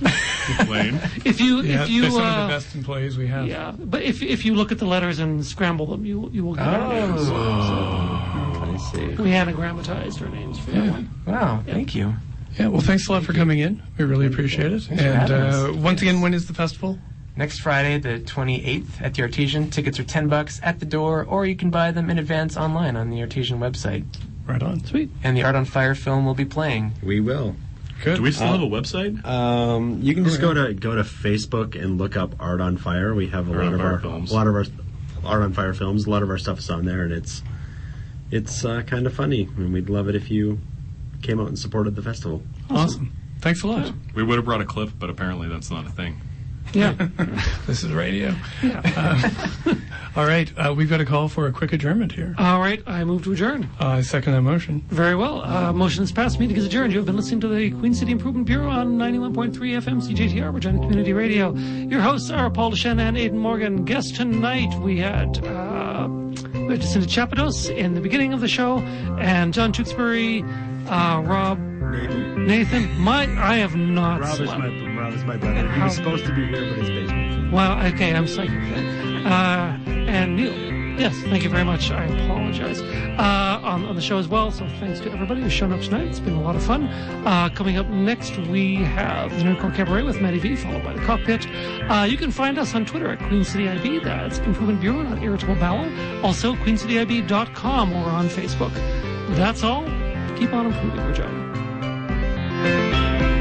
S5: Plane.
S1: If you
S2: Yeah,
S1: if you
S2: they're some
S1: uh,
S2: of the best employees we have.
S1: yeah, but if if you look at the letters and scramble them, you you will get our names.
S6: Oh. I see.
S1: We anagrammatized our names for that one.
S6: Wow, thank you.
S2: Yeah, well, thanks a lot for coming in. We really appreciate it.
S6: for
S2: and
S6: having
S2: uh,
S6: us.
S2: once again, when is the festival?
S6: Next Friday, the 28th, at the Artesian. Tickets are 10 bucks at the door, or you can buy them in advance online on the Artesian website.
S2: Right on. Sweet.
S6: And the Art on Fire film will be playing.
S7: We will.
S2: Good.
S5: Do we still have a website?
S7: Um, you can just go to go to Facebook and look up Art on Fire. We have a
S5: Art
S7: lot
S5: on
S7: of
S5: Fire
S7: our
S5: films.
S7: a lot of our Art on Fire films. A lot of our stuff is on there, and it's it's uh, kind of funny. And we'd love it if you came out and supported the festival.
S2: awesome. Thanks a lot.
S5: We would have brought a clip, but apparently that's not a thing.
S1: Yeah.
S2: This is radio. [laughs] Um, all right, uh, we've got a call for a quick adjournment here.
S1: All right, I move to adjourn.
S2: Uh, I second that motion.
S1: Very well. Uh, motion is passed. Meeting is adjourned. You have been listening to the Queen City Improvement Bureau on 91.3 FM CJTR, Regina Community Radio. Your hosts are Paul Shen and Aidan Morgan. Guest tonight, we had, uh, we had Jacinta Chapados in the beginning of the show, and John Tewksbury, uh, Rob, Nathan. My, I have not slept.
S7: Rob is my brother. He was supposed to be here, but his basement.
S1: Well, okay, I'm psychic then. Uh, and Neil, yes, thank you very much. I apologize. Uh, on, on the show as well, so thanks to everybody who's shown up tonight. It's been a lot of fun. Uh, coming up next, we have the Nerdcore Cabaret with Maddie V, followed by The Cockpit. Uh, you can find us on Twitter at Queen City IV. That's Improvement Bureau, not Irritable Bowel. Also, queencityib.com or on Facebook. That's all. Keep on improving, Regina.